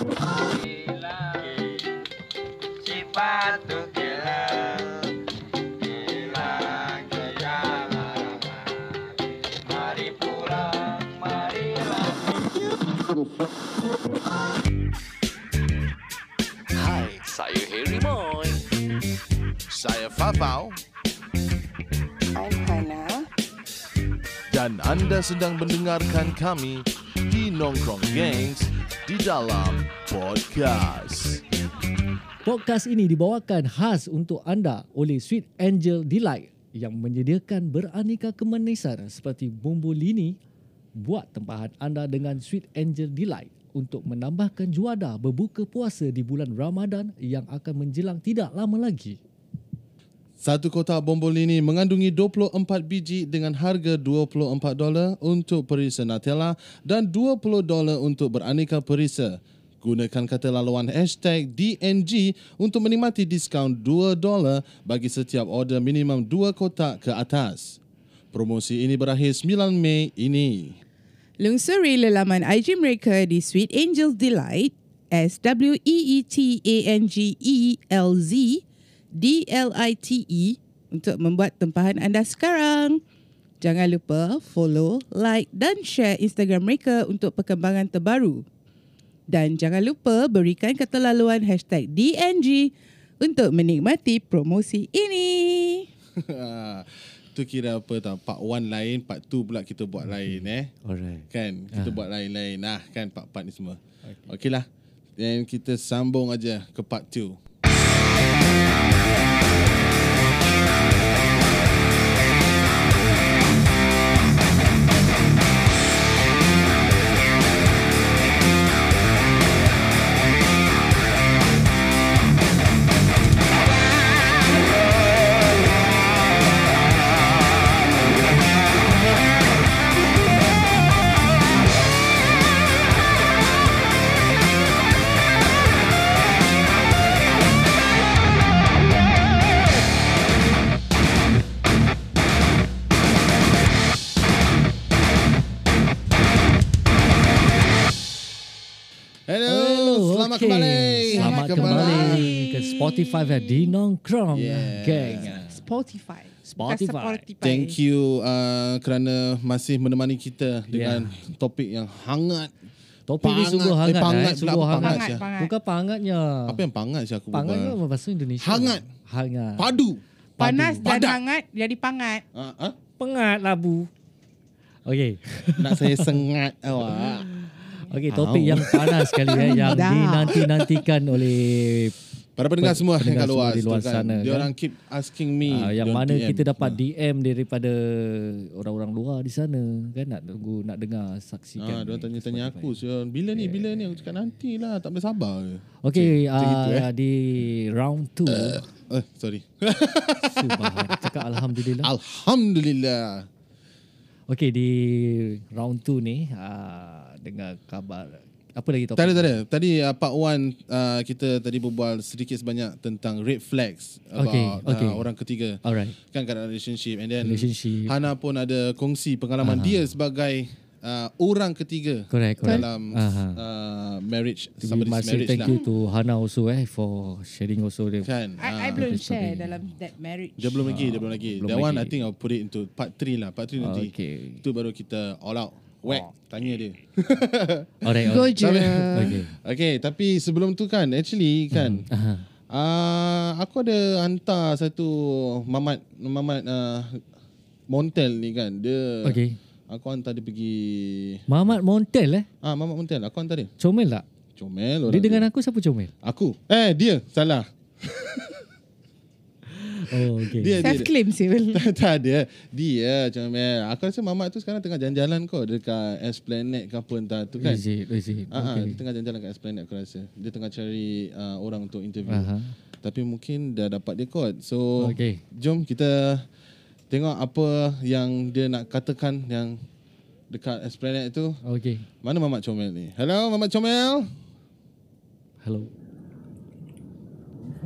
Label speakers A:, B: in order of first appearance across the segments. A: Gila,
B: lah,
A: sifat tu gila, gila, gila, mari pulang, marilah.
C: Hai, saya Harry Boy.
D: Saya Fafau
E: I'm Hana.
D: dan anda sedang mendengarkan kami di Nongkrong Gangs di dalam podcast.
F: Podcast ini dibawakan khas untuk anda oleh Sweet Angel Delight yang menyediakan beraneka kemanisan seperti bumbu lini. Buat tempahan anda dengan Sweet Angel Delight untuk menambahkan juada berbuka puasa di bulan Ramadan yang akan menjelang tidak lama lagi.
D: Satu kotak bombolini mengandungi 24 biji dengan harga 24 dolar untuk perisa Nutella dan 20 dolar untuk beraneka perisa. Gunakan kata laluan hashtag DNG untuk menikmati diskaun 2 dolar bagi setiap order minimum 2 kotak ke atas. Promosi ini berakhir 9 Mei ini.
E: Lungsuri lelaman IG mereka di Sweet Angel Delight S W E E T A N G E L Z D L I T E untuk membuat tempahan anda sekarang. Jangan lupa follow, like dan share Instagram mereka untuk perkembangan terbaru. Dan jangan lupa berikan kata laluan hashtag DNG untuk menikmati promosi ini.
D: tu kira apa tau Part 1 lain Part 2 pula kita buat lain eh
F: Hmm. Alright. Ah.
D: Kan Kita buat lain-lain Nah kan part-part ni semua Okey okay lah Then kita sambung aja Ke part 2 Hello, Hello Oh, Selamat
F: okey.
D: kembali
F: Oh, Selamat kembali, ke Spotify di Nongkrong
D: Yeah.
F: yeah. Gang.
E: Spotify.
F: Spotify.
D: Thank you uh, kerana masih menemani kita dengan topik yang hangat.
F: Topik ni sungguh
D: Pangat. Eh,
F: hangat. Eh,
D: pangat pula.
F: sungguh hangat.
D: Pangat, ya.
E: pangat.
F: Bukan pangatnya.
D: Apa yang pangat sih aku
F: Pangat
D: berbual?
F: kan bahasa Indonesia.
D: Hangat.
F: Hangat.
D: Padu.
E: Panas dan
D: Padat.
E: hangat jadi pangat.
D: Uh, huh?
F: Pengat labu. Okey.
D: Nak saya sengat awak.
F: Okey, topik yang panas sekali eh yang
E: Dah.
F: dinanti-nantikan oleh
D: Para pendengar semua yang
F: Pendengar
D: kat luar,
F: semua di luar
D: tu kan,
F: sana,
D: Dia
F: kan?
D: orang keep asking me.
F: uh, yang
D: diorang
F: mana
D: DM.
F: kita dapat DM daripada orang-orang luar di sana kan nak tunggu nak dengar
D: Ah,
F: saksikan.
D: dia
F: ni
D: tanya-tanya
F: Kan, Spotify.
D: aku Sion. Bila ni, bila ni aku cakap nanti lah, tak boleh sabar ke.
F: Okey,
D: Macam
F: uh,
D: gitu, eh.
F: di round 2
D: Eh, sorry.
F: cakap alhamdulillah.
D: Alhamdulillah.
F: Okey, di round 2 ni uh, dengar kabar apa lagi topik?
D: Tak ada, tak ada. Tadi uh, part 1 uh, kita tadi berbual sedikit sebanyak tentang red flags about
F: Okay, okay.
D: Uh, orang ketiga.
F: Alright.
D: Kan kadang relationship and then
F: Relationship.
D: Hana pun ada kongsi pengalaman uh-huh. dia sebagai uh, orang ketiga
F: Correct, correct.
D: dalam
F: Aha.
D: uh, marriage
F: To be
D: somebody's
F: massive
D: marriage
F: thank
D: lah.
F: you to Hana also eh for sharing also the
D: Kan.
E: I, I
D: ah.
E: belum share dalam that marriage.
D: Dia belum lagi, dia belum lagi.
F: belum
D: That one I
F: lagi.
D: think I'll put it into part 3 lah. Part 3 nanti.
F: Ah, Okay.
D: Itu baru kita all out. Whack, tanya dia.
F: Alright.
E: Go
F: alright.
E: je.
F: Okay.
D: Okay, tapi sebelum tu kan, actually kan,
F: Hmm. Aha.
D: uh, aku ada hantar satu mamat, mamat uh, Montel ni kan. Dia,
F: Okay.
D: aku hantar dia pergi,
F: Mamat Montel eh.
D: ah mamat Montel, aku hantar dia.
F: Comel tak?
D: Comel orang
F: Dia dengan
D: dia.
F: aku siapa comel?
D: Aku. Eh, dia. Salah.
F: Oh okay.
D: Dia,
E: Self
D: dia, dia.
E: claim sih. Will.
D: tak, tak dia. Dia comel. Aku rasa mamat tu sekarang tengah jalan-jalan kau dekat Esplanade ke apa entah tu kan.
F: Is it? Is it?
D: Ah, okay.
F: Okay.
D: dia tengah jalan-jalan kat Esplanade aku rasa. Dia tengah cari uh, orang untuk interview.
F: Aha.
D: Tapi mungkin dah dapat dia kot. So,
F: Okay.
D: jom kita tengok apa yang dia nak katakan yang dekat Esplanade tu.
F: Okay.
D: Mana Mamat Comel ni? Hello Mamat Comel.
F: Hello.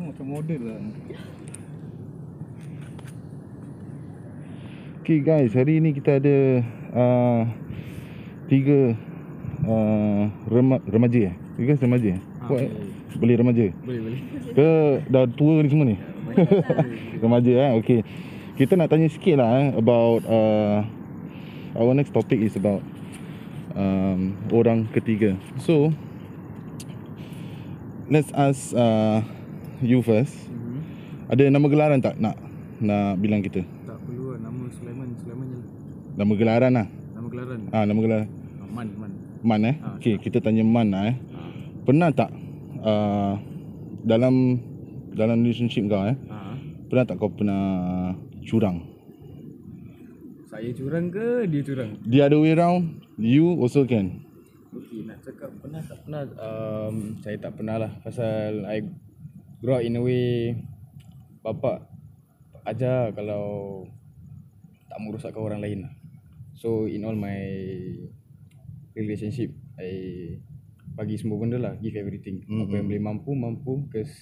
G: Oh, macam model lah. Okay guys, hari ni kita ada uh, tiga
D: uh, rema, remaja eh? You guys remaja eh? Kuat eh? Boleh remaja? Boleh, boleh. Ke dah tua ni semua ni? remaja eh? Okay. Kita nak tanya sikit lah eh, about uh, our next topic is about um, orang ketiga. So, let's ask uh, you first. Mm-hmm. Ada nama gelaran tak nak nak bilang kita?
B: Tak perlu lah nama Sulaiman Sulaiman je lah
D: Nama gelaran lah.
B: Nama gelaran
D: Ah, nama gelaran.
B: Ah, Man Man
D: Man eh?
B: Ah, ya.
D: Okey, kita tanya Man lah eh. Pernah tak uh, dalam dalam relationship kau eh?
B: ha.
D: Pernah tak kau pernah curang?
B: Saya curang ke dia curang?
D: The other way round, you also can.
B: Okey nak cakap pernah tak pernah um, Saya tak pernah lah Pasal I grow up in a way Bapak ajar kalau tak merosakkan orang lain lah So in all my relationship I bagi semua benda lah Give everything mm-hmm. Apa yang boleh mampu, mampu Cause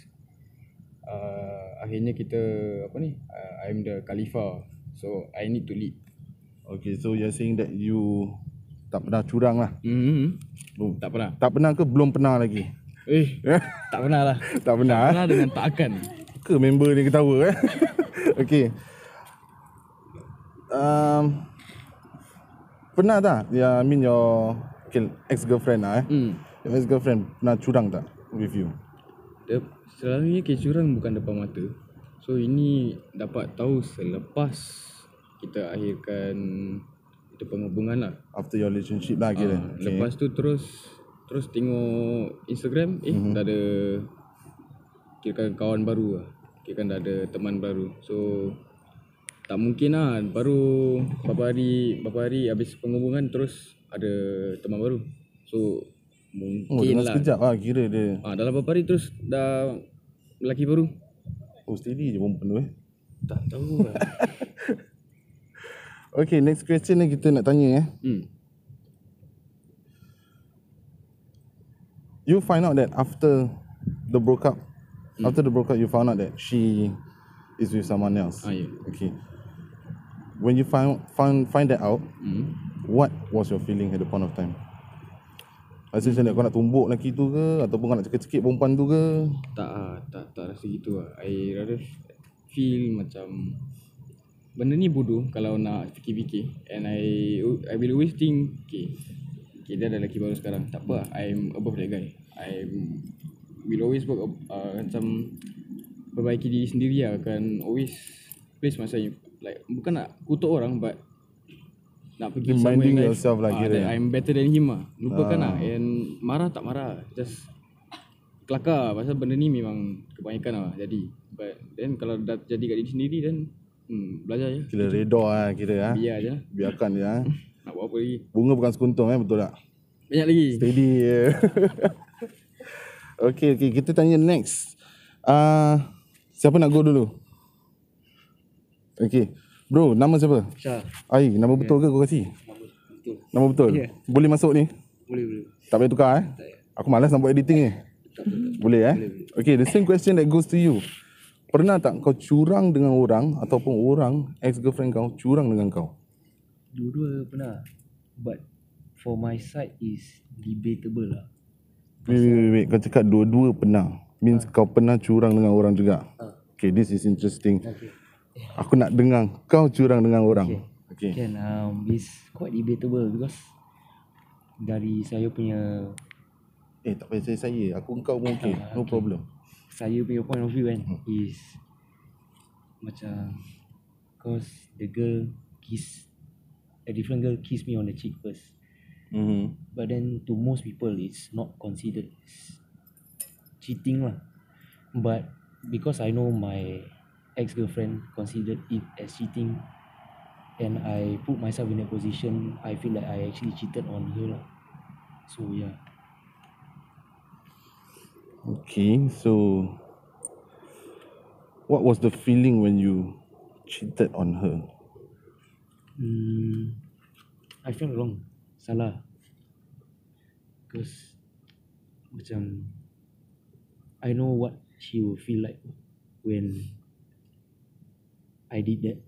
B: uh, akhirnya kita apa ni uh, I'm the Khalifa So I need to lead
D: Okay, so you're saying that you tak pernah curang lah.
B: mm-hmm.
D: Belum.
B: Tak pernah
D: Tak pernah ke belum pernah lagi?
B: Eh tak pernah lah
D: tak pernah. eh?
B: Pernah dengan tak akan
D: Ke member ni ketawa eh? okay. Um, pernah tak? Ya, I mean your okay, ex-girlfriend lah eh?
B: Hmm.
D: Your ex-girlfriend pernah curang tak with you?
B: Dia, selalunya kecurangan bukan depan mata. So ini dapat tahu selepas kita akhirkan kita penghubungan lah.
D: After your relationship lah kira.
B: Ah, Lepas tu terus terus tengok Instagram
D: Mhm.
B: eh mm-hmm. dah ada kirakan kawan baru lah. Kirakan dah ada teman baru. So tak mungkin lah baru beberapa hari beberapa hari habis penghubungan terus ada teman baru. So mungkin
D: Oh, dengan
B: lah
D: sekejap lah kira dia.
B: Ah, dalam beberapa hari terus dah lelaki baru.
D: Oh, steady je perempuan tu eh.
B: Tak tahu lah.
D: Okay, next question ni kita nak tanya eh.
B: hmm.
D: You find out that after the broke up,
B: Hmm.
D: after the broke up, you found out that she is with someone else.
B: Ah, ya.
D: Okay. When you find find find that out,
B: Hmm.
D: what was your feeling at the point of time? Rasa macam mana? Kau nak tumbuk lelaki tu ke? Ataupun kau nak cekik-cekik perempuan tu ke?
B: Tak ah, tak tak rasa gitu lah. I rather feel macam benda ni bodoh kalau nak fikir-fikir and I I will always think okay, okay dia ada lelaki baru sekarang tak apa lah, I'm above that guy I will always work ab- uh, macam perbaiki diri sendiri lah akan always place masa you like bukan nak kutuk orang but nak pergi somewhere in
D: Reminding
B: life,
D: yourself lah
B: ah,
D: kira.
B: that I'm better than him lah lupakan lah and marah tak marah just kelakar pasal benda ni memang kebanyakan lah jadi but then kalau dah jadi kat diri sendiri then hmm, belajar je
D: Kira reda lah kira ha?
B: biar je lah.
D: Biarkan dia ha?
B: nak buat apa lagi
D: Bunga bukan sekuntum eh betul tak?
B: banyak lagi
D: Steady je Okay okay kita tanya next uh, Siapa nak go dulu? Okay Bro nama siapa? Syah Ai nama betul ke kau kasi? Nama betul Nama betul? Yeah. Boleh masuk ni? Ya. Boleh boleh Tak payah tukar eh? Tak Aku malas nak buat editing ni Boleh eh? Okay the same question that goes to you Pernah tak kau curang dengan orang Ataupun orang ex-girlfriend kau curang dengan kau?
H: Dua-dua pernah But For my side is Debatable lah
D: Wait, wait, wait, wait. Kau cakap dua-dua pernah. Means kau pernah curang dengan orang juga. Okay, this is interesting.
H: Ah. Okay
D: Aku nak dengar kau curang dengan orang. Okay.
H: Can um, It's quite debatable Because Dari saya punya
D: Eh, tak payah saya-saya. Aku kau pun okay.
H: Ah,
D: No problem.
H: Saya punya point of view kan Is Macam Cause The girl Kiss A different girl kiss me on the cheek first
D: Mm-hmm.
H: But then to most people it's not considered as cheating lah. But because I know my ex-girlfriend considered it as cheating and I put myself in a position I feel like I actually cheated on her lah. So yeah.
D: Okay, so... What was the feeling when you cheated on her?
H: Mm, I felt wrong. Salah. Because macam I know what she will feel like when I did that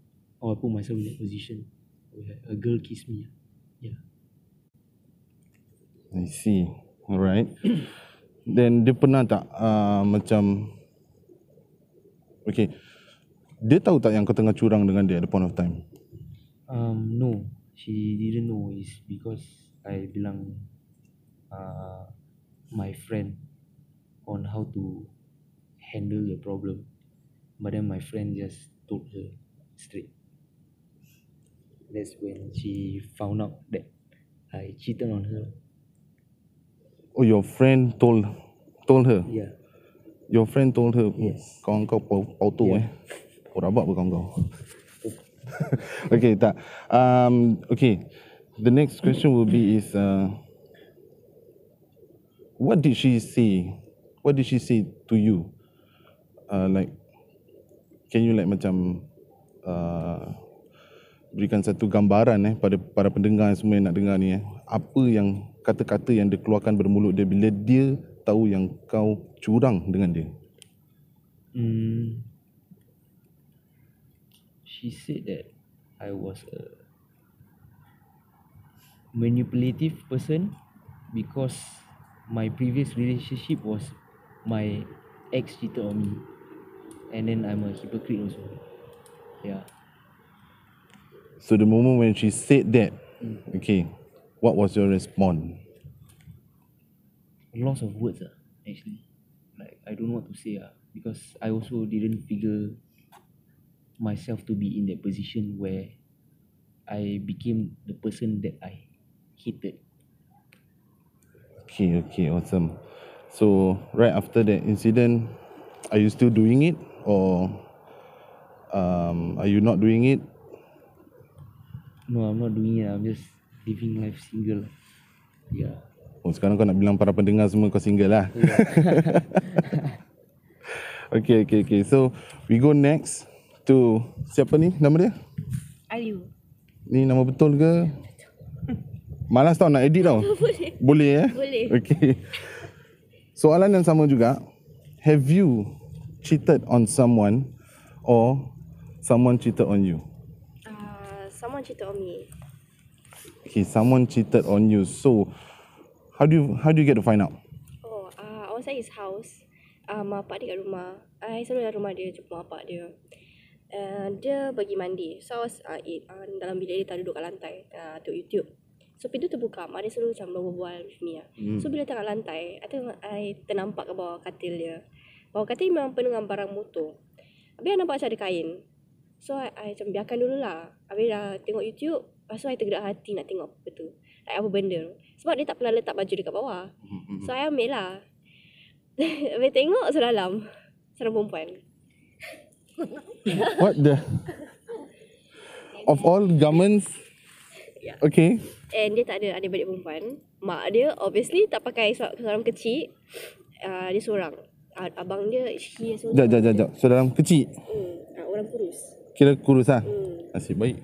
H: or I put myself in that position where a girl kiss me. Yeah.
D: I see. Alright. Then dia pernah tak uh, macam Okay. Dia tahu tak yang kau tengah curang dengan dia at the point of time?
H: Um, no, she didn't know. It's because I bilang uh, my friend on how to handle the problem. But then my friend just told her straight. That's when she found out that I cheated on her.
D: Oh, your friend told told her.
H: Yeah.
D: Your friend told her.
H: Yes.
D: Kawan kau pau, pautu yeah. eh. Kau rabak apa kawan kau? okay, tak. Um, okay. The next question will be is uh, what did she say? What did she say to you? Uh, like, can you like macam uh, berikan satu gambaran eh pada para pendengar yang semua yang nak dengar ni eh. Apa yang kata-kata yang dia keluarkan bermulut dia bila dia tahu yang kau curang dengan dia.
H: Mm, she said that I was a manipulative person because my previous relationship was my ex cheated on me, and then I'm a hypocrite also. Yeah,
D: So the moment when she said that, okay, what was your response?
H: loss of words ah, actually. Like I don't know what to say ah, because I also didn't figure myself to be in that position where I became the person that I hated.
D: Okay, okay, awesome. So right after that incident, are you still doing it or um, are you not doing it?
H: No, I'm not doing it. I'm just living life single. Yeah.
D: Oh, sekarang kau nak bilang para pendengar semua kau single lah. okay, okay, okay. So, we go next to siapa ni nama dia?
I: Ayu.
D: Ni nama betul ke? Malas tau nak edit tau. Boleh. Boleh eh?
I: Boleh.
D: Okay. Soalan yang sama juga. Have you cheated on someone or someone cheated on you?
I: Uh, someone cheated on me.
D: Okay, someone cheated on you. So, how do you how do you get to find out?
I: Oh, uh, I was at his house. Uh, mak pak dia kat rumah. I selalu dalam rumah dia jumpa mak pak dia. Uh, dia pergi mandi. So, I was uh, in, uh, dalam bilik dia tak duduk kat lantai. Uh, tengok YouTube. So, pintu terbuka. Mak dia selalu macam berbual with me lah. Mm. So, bila tengah lantai, I, tengok, I ternampak ke bawah katil dia. Bawah katil memang penuh dengan barang motor. Habis, I nampak macam ada kain. So, I, I macam biarkan dulu lah. Habis dah tengok YouTube. Lepas tu, I tergerak hati nak tengok apa tu. Like, apa benda tu. Sebab dia tak pernah letak baju dekat bawah. So I ambil lah Habis tengok seorang dalam Seorang perempuan
D: What the? Of all garments?
I: Yeah.
D: Okay.
I: And dia tak ada adik-adik perempuan Mak dia obviously tak pakai se- seorang kecil uh, Dia seorang uh, Abang dia He seorang
D: Jap, jap, jap, jap. So dalam kecil.
I: hmm, uh, Orang kurus
D: Kira kurus lah.
I: hmm.
D: Nasib baik.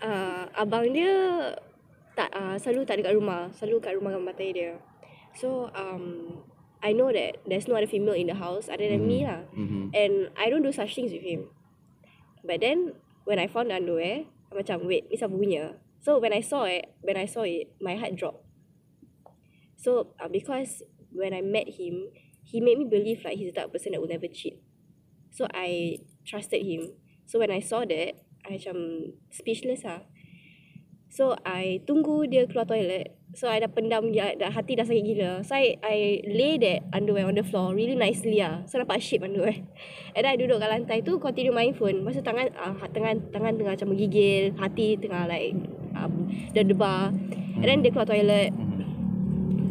I: uh, Abang dia tak uh, Selalu tak ada kat rumah Selalu kat rumah matai dia So um, I know that There's no other female in the house Other than me lah
D: Mm-hmm.
I: And I don't do such things with him. But then when I found the underwear, I macam wait, ni siapa punya? So when I saw it, when I saw it, my heart dropped. So uh, because when I met him, he made me believe like he's the type of person that will never cheat. So I trusted him. So when I saw that, I macam speechless lah. So I tunggu dia keluar toilet. So I dah pendam dia, dah hati dah sakit gila. So I, I lay that underwear on the floor really nicely lah. So nampak shape underwear. And then I duduk kat lantai tu continue main phone. Masa tangan uh, tangan tangan tengah macam menggigil, hati tengah like um, derdebar. And then dia keluar toilet.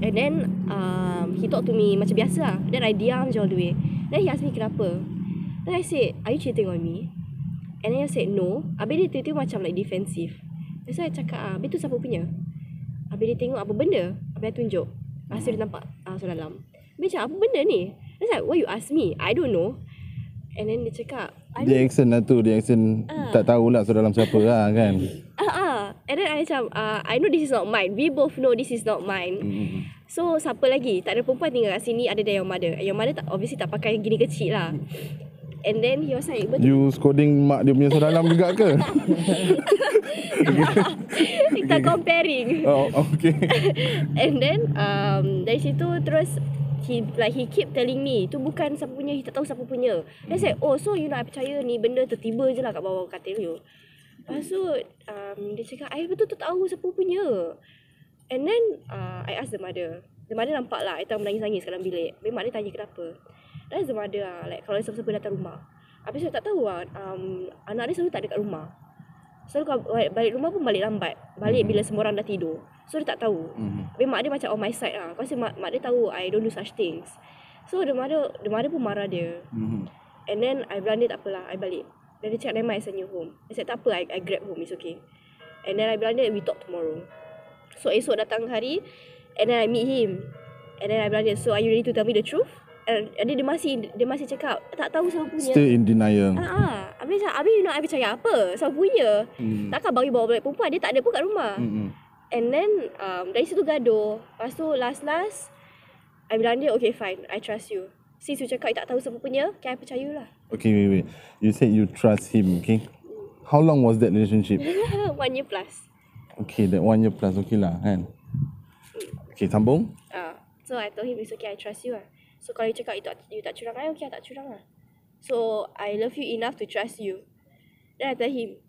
I: And then um, he talk to me macam biasa lah. Then I diam je all the way. Then he ask me kenapa. Then I said, are you cheating on me? And then I said no. Habis dia tiba-tiba macam like defensive. Lepas tu I cakap, ah, habis tu siapa punya? Habis dia tengok apa benda. Habis I tunjuk. Lepas tu dia nampak ah, surat dalam. Habis dia cakap, apa benda ni? Then I said, why you ask me? I don't know. And then dia cakap, I
D: Dia
I: don't
D: accent lah tu. Dia accent
I: Ah.
D: tak tahulah so dalam siapa lah kan.
I: Ah, ah. And then I macam, ah, I know this is not mine. We both know this is not mine. So Eh, siapa lagi? Tak ada perempuan tinggal kat sini ada than your mother. Your mother tak obviously tak pakai gini kecil lah. And then he was like, betul.
D: You scolding mak dia punya sedalam juga ke?
I: Kita comparing.
D: Oh, okay.
I: And then um, dari situ terus he like he keep telling me tu bukan siapa punya he tak tahu siapa punya. Then I said, "Oh, so you nak I percaya ni benda tertiba je lah kat bawah katil you." Lepas tu um, dia cakap, "I betul tu tahu siapa punya." And then uh, I asked the mother. The mother nampak lah I tengah menangis-nangis kat dalam bilik. Memang dia tanya kenapa. Then I asked the mother lah, like kalau siapa-siapa datang rumah. Habis saya tak tahu lah, um, anak dia selalu tak ada kat rumah. Selalu kalau balik- balik rumah pun balik lambat. Balik bila semua orang dah tidur. So dia tak tahu. Tapi mak dia macam on my side lah. Kasi mak, mak dia tahu I don't do such things. So the mother, the mother pun marah dia. And then I bilang dia tak apalah, I balik. Then dia cakap, never mind, I send you home. I said, tak apa, I, I grab home, it's okay. And then I bilang dia, we talk tomorrow. So esok datang hari, and then I meet him. And then I bilang dia, so are you ready to tell me the truth? And, and then dia masih, dia masih cakap, tak tahu siapa punya.
D: Still in denial.
I: Ah, ah. Habis dia cakap, habis you nak I percaya apa? Siapa punya?
D: Hmm.
I: Takkan bagi bawa balik perempuan, dia tak ada pun kat rumah.
D: Hmm.
I: And then um, dari situ gaduh. Lepas tu last last I bilang dia okay fine I trust you. Since you cakap you tak tahu siapa punya, okay I percaya you lah.
D: Okay, wait, wait. You said you trust him, okay? How long was that relationship?
I: One year plus.
D: Okay, that one year plus, okay lah, kan? Okay, sambung.
I: Uh, so I told him it's okay I trust you lah. So kalau you cakap you tak, you tak curang I, okay I tak curang lah. So I love you enough to trust you. Then I tell him,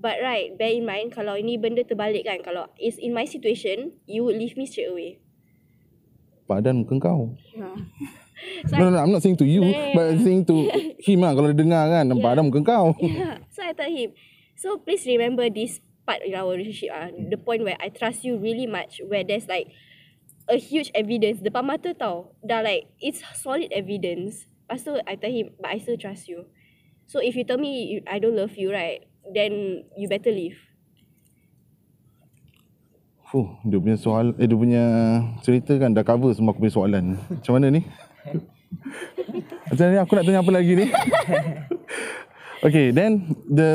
I: but right, bear in mind kalau ini benda terbalik kan, kalau is in my situation, you would leave me straight away.
D: Padan muka kau.
I: Uh.
D: No, no, no, I'm not saying to you,
I: Yeah, yeah,
D: but I'm saying to him lah. Kalau dia dengar kan, padan muka kau.
I: Yeah. So I told him, so please remember this part in our relationship ah, the point where I trust you really much, where there's like a huge evidence depan mata tau, dah like it's solid evidence. Lepas tu I tell him, but I still trust you. So if you tell me you, I don't love you right, then you better leave.
D: Fuh, dia punya soal, eh, dia punya cerita kan dah cover semua aku punya soalan. Macam mana ni? Macam mana ni? Aku nak tanya apa lagi ni? okay, then the...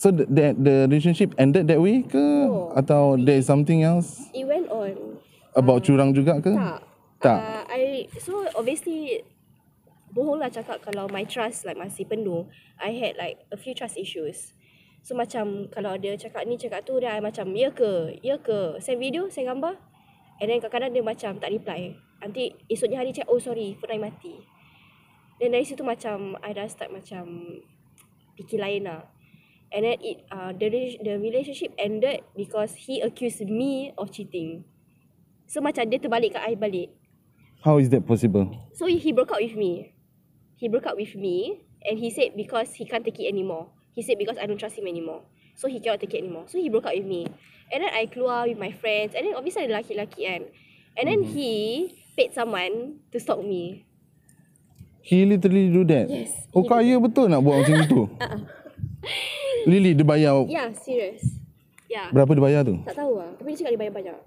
D: So the, the, the relationship ended that way ke?
I: No.
D: Atau there is something else
I: It went on.
D: about curang juga ke?
I: Um, Tak.
D: Tak.
I: Uh, I so obviously bohong lah cakap kalau my trust like masih penuh. I had like a few trust issues. So macam kalau dia cakap ni cakap tu dia I macam ya ke? Ya ke? Send video, send gambar. And then kadang-kadang dia macam tak reply. Nanti esoknya hari cakap oh sorry, phone I mati. Then dari situ macam I dah start macam fikir lain lah. And then it uh, the rela- the relationship ended because he accused me of cheating. So macam dia terbalik kat I balik.
D: How is that possible?
I: So he broke up with me. He broke up with me and he said because he can't take it anymore. He said because I don't trust him anymore. So he cannot take it anymore. So he broke up with me. And then I keluar with my friends and then obviously ada lelaki-lelaki kan. And then mm-hmm. he paid someone to stalk me.
D: He literally do that?
I: Yes,
D: Oh,
I: he do Uh-uh.
D: kaya betul nak buat macam itu? Lily, dia bayar
I: Yeah, serious. Yeah.
D: berapa dia bayar tu?
I: Tak tahu lah. Tapi dia cakap dia bayar banyak.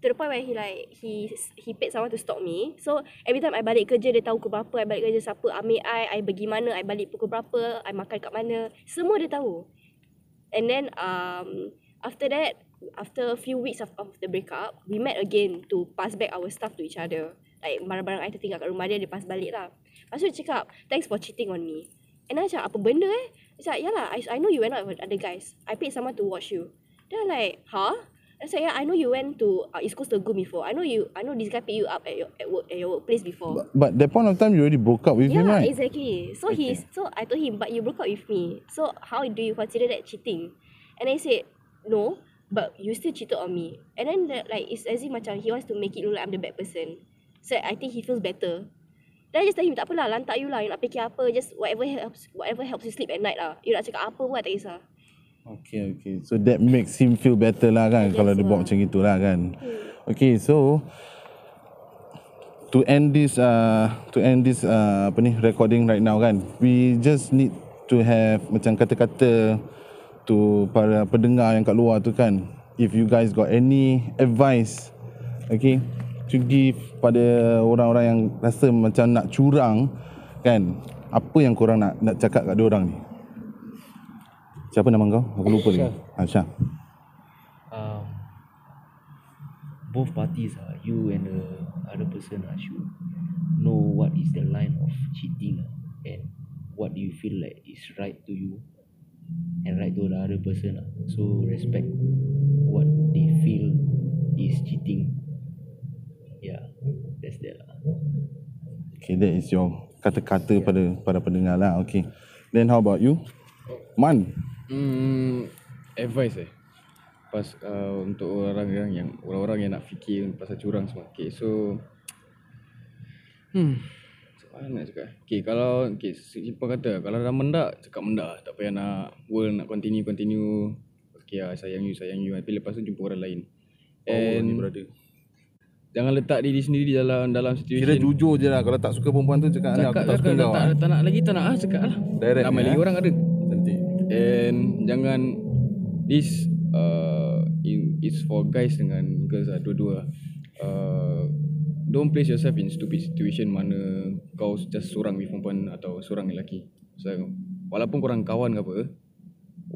I: To the point where he like he he paid someone to stalk me. So every time I balik kerja dia tahu pukul berapa, I balik kerja siapa, ambil I, I pergi mana, I balik pukul berapa, I makan kat mana. Semua dia tahu. And then um after that, after a few weeks of, of the breakup, we met again to pass back our stuff to each other. Like barang-barang I tertinggal kat rumah dia, dia pass balik lah. Lepas tu dia cakap, thanks for cheating on me. And I cakap, apa benda eh? Dia cakap, yalah, I, I know you went out with other guys. I paid someone to watch you. Then I like, huh? I said, yeah, I know you went to uh, East Coast Lagoon before. I know you, I know this guy picked you up at your at work at your workplace before.
D: But that point of time, you already broke up with
I: yeah,
D: him, right?
I: exactly. So
D: Okay.
I: he's so I told him, but you broke up with me. So how do you consider that cheating? And I said, no, but you still cheated on me. And then the, like it's as if macam he wants to make it look like I'm the bad person. So I think he feels better. Then I just tell him, tak apalah, lantak you lah. You nak fikir apa, just whatever helps whatever helps you sleep at night lah. You nak cakap apa pun, I tak kisah.
D: Okay, okay. So that makes him feel better lah kan
I: Yes
D: kalau dia buat
I: lah.
D: macam itulah kan. Okay, so to end this uh, to end this uh, apa ni recording right now kan. We just need to have macam kata-kata to para pendengar yang kat luar tu kan. If you guys got any advice okay to give pada orang-orang yang rasa macam nak curang kan. Apa yang korang nak nak cakap kat dia orang ni? Siapa nama kau? Aku lupa lagi. Ah, Aisyah.
H: um, both parties ah, you and the other person ah, should know what is the line of cheating ah. and what you feel like is right to you and right to the other person lah. so respect what they feel is cheating yeah that's that lah
G: Okay, that is your kata-kata pada para pendengar lah. Okay. Then how about you? Man.
B: Hmm, advice eh. Pas uh, untuk orang-orang yang orang-orang yang nak fikir pasal curang semua. Okay, so hmm, macam mana nak cakap? Okay, kalau okay, simple kata, kalau dah mendak, cakap mendak. lah. Tak payah nak world nak continue continue. Okay, ah, sayang you, sayang you. Tapi lepas tu jumpa orang lain. And oh,
G: berada.
B: jangan letak diri sendiri dalam dalam situasi.
G: Kira jujur je lah. Kalau tak suka perempuan tu cakap, ni aku
B: Cakap
G: tak suka
B: cakap tak,
G: kau.
B: tak,
G: eh."
B: tak nak lagi tak nak ah cakap lah.
G: Direct
B: Ramai
G: ni,
B: lagi
G: eh.
B: orang ada.
G: Cantik.
B: And jangan this uh in, is for guys dengan girls lah dua-dua. lah. Uh, don't place yourself in stupid situation mana kau just seorang with perempuan atau seorang lelaki. So, walaupun korang kawan ke apa,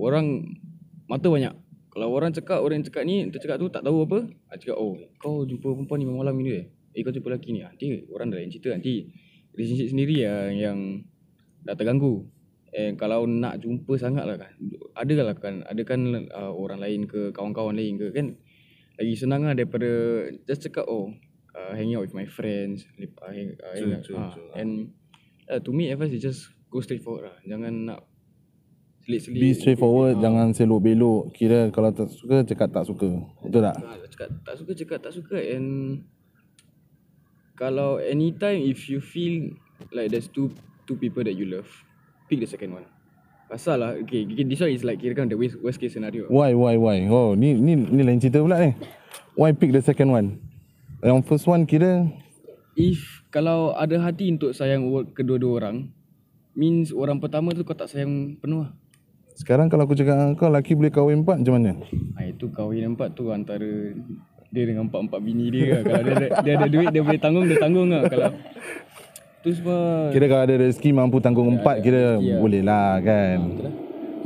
B: orang mata banyak. Kalau orang cakap, orang yang cakap ni, dia cakap tu tak tahu apa, ah, cakap, oh, kau jumpa perempuan ni malam ni eh. Eh, kau jumpa lelaki ni. Nanti orang dah lain cerita. Nanti relationship sendiri yang, yang dah terganggu. And kalau nak jumpa sangat lah kan. Ada lah kan. Ada kan uh, orang lain ke, kawan-kawan lain ke kan. Lagi senang lah daripada just cakap, oh, uh, hang out with my friends. lip- Uh, hang, uh, hang out.
G: True, true,
B: Ah,
G: true.
B: And uh, to me advice is just go straight forward lah. Jangan nak selit-selit.
G: Be
B: Ah.
G: straightforward, jangan selok-belok. Kira kalau tak suka, cakap tak suka. Betul tak?
B: Ah, cakap tak suka cakap tak suka and kalau anytime if you feel like there's two two people that you love, pick the second one. Pasal lah, okay, okay, this one is like kira kan the worst, worst case scenario.
G: Why, why, why? Oh, ni ni ni lain cerita pula ni. Why pick the second one? Yang first one kira
B: If kalau ada hati untuk sayang o- kedua-dua orang, means orang pertama tu kau tak sayang penuh lah.
G: sekarang kalau aku cakap dengan kau laki boleh kahwin empat macam mana?
B: Ha, itu kahwin empat tu antara dia dengan empat-empat bini dia lah. Kalau dia, ada- dia ada duit, dia boleh tanggung, dia tanggung lah. Kalau tu sebab
G: Kira kalau ada rezeki mampu tanggung empat kira
B: rezeki lah.
G: boleh lah kan.
B: betul lah.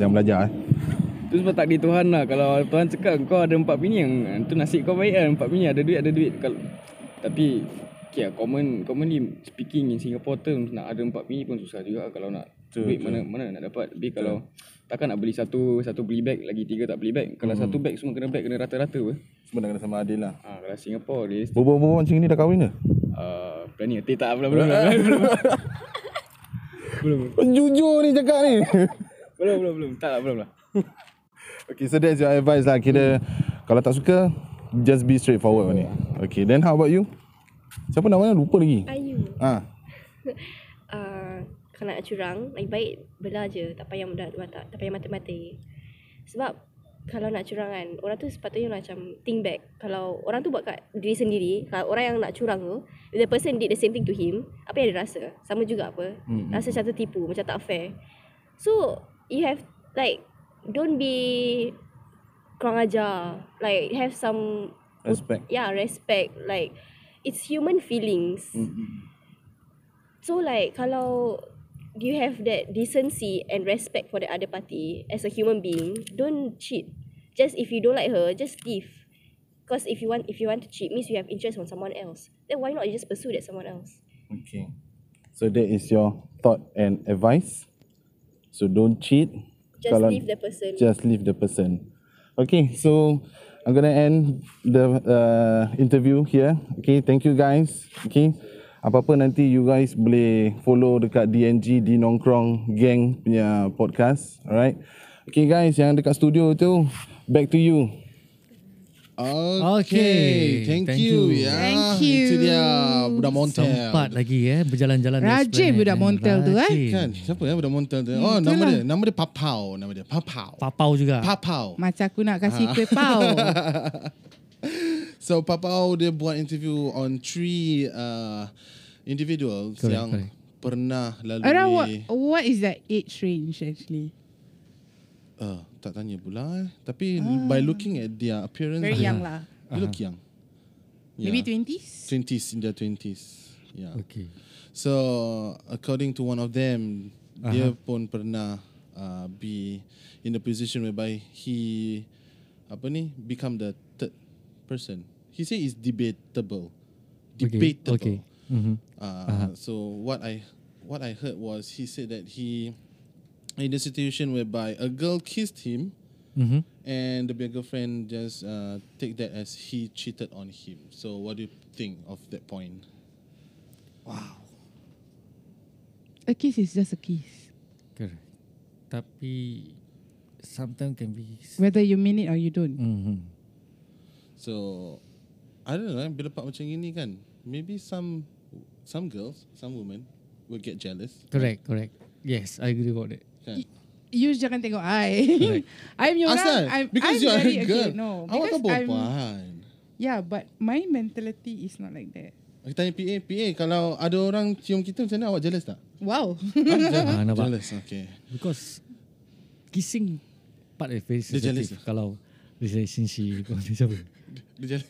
G: Jangan belajar eh.
B: Tu sebab takdir Tuhan lah Kalau Tuhan cakap kau ada empat bini yang Tu nasib kau baik lah Empat bini ada duit ada duit Kalau, Tapi Okay lah common, Commonly speaking in Singapore terms Nak ada empat bini pun susah juga lah Kalau nak
G: Betul,
B: duit
G: betul.
B: mana mana nak dapat Tapi kalau Takkan nak beli satu Satu beli bag Lagi tiga tak beli bag
G: Hmm.
B: Kalau satu bag semua kena bag Kena rata-rata apa
G: Semua nak kena sama adil lah.
B: ha, Kalau Singapore dia
G: Berbual-bual macam ni dah kahwin ke?
B: uh, Berani Eh tak belum belum belum, belum Belum
G: Kau Jujur ni cakap ni.
B: Belum belum belum Tak lah belum lah
G: okay, so that's your advice lah. Kira kalau tak suka, just be straightforward ni. Okay, then how about you? Siapa namanya lupa lagi?
I: Ayu
G: Ah,
I: uh, kalau nak curang Lagi baik belah je Tak payah mudah mata, Tak payah mata-mata Sebab Kalau nak curang kan Orang tu sepatutnya macam Think back Kalau orang tu buat kat diri sendiri Kalau orang yang nak curang tu If the person did the same thing to him Apa yang dia rasa Sama juga apa
G: Hmm, hmm.
I: hmm. Rasa macam tertipu Macam tak fair So You have Like Don't be Kurang ajar Like have some
G: respect.
I: yeah respect like it's human feelings
G: Mm-hmm.
I: so like kalau you have that decency and respect for the other party as a human being don't cheat just if you don't like her just leave because if you want if you want to cheat means you have interest on someone else then why not you just pursue that someone else
G: Okay. So that is your thought and advice. So don't cheat.
I: just leave the person
G: Just leave the person. Okay, so I'm gonna end the uh, interview here. Okay, thank you guys. Okay, apa-apa nanti you guys boleh follow dekat DNG di Nongkrong Gang punya podcast. Alright. Okay guys, yang dekat studio tu, back to you.
D: Okay, thank,
F: Thank
D: you.
F: you.
D: Ya,
E: Thank
D: Itu
E: you.
D: dia budak Montel.
F: Sempat lagi eh berjalan-jalan. dari
E: Rajin
F: Esplanade,
E: budak
F: eh.
E: Montel tu, eh.
F: Rajin.
D: Kan, siapa ya budak Montel tu? oh, nama
E: itulah.
D: dia, nama dia Papau, nama dia Papau.
F: Papau juga.
D: Papau.
E: Macam aku nak
D: Ah.
E: kasih kuih pau.
D: So Papau dia buat interview on three uh, individuals
F: Correct,
D: yang
F: correct.
D: pernah lalui.
E: Around what, what is that age range actually?
D: Uh, tak tanya pula eh. Tapi by looking at their appearance,
E: Ah. Very young lah.
D: They look young.
E: Maybe 20s?
D: 20s in their 20s. Yeah.
F: Okey.
D: So according to one of them, uh-huh. dia pun pernah uh, be in a position whereby he apa ni become the third person. He say it's debatable,
F: Okay,
D: debatable.
F: okay.
D: Uh,
F: Mhm.
D: uh-huh. So what I what I heard was he said that he in a situation whereby a girl kissed him
F: Mm-hmm.
D: and the big girlfriend just uh, take that as he cheated on him. So what do you think of that point?
E: A kiss is just a kiss.
F: Correct. Tapi sometimes can be
E: Whether you mean it or you don't.
F: mm-hmm.
D: So I don't know. eh, Bila part macam ini kan, maybe some some girls, some women will get jealous.
F: Correct, correct. Yes, I agree about that.
D: Kan?
E: You jangan tengok I.
F: Correct.
E: I'm your
D: Asal?
E: I'm,
D: because
E: I'm
D: you are
E: very,
D: a girl.
E: Okay, no,
D: Awak
E: because
D: kan
E: I'm,
D: perempuan.
E: Yeah, but my mentality is not like that.
D: Kita tanya PA, PA kalau ada orang cium kita macam mana awak jealous tak?
E: Wow.
F: Ah, nampak.
D: Jealous, okay.
F: Because kissing part is very
D: Dia jealous lah.
F: sensitive kalau relationship kau ni siapa.
D: Dia jealous.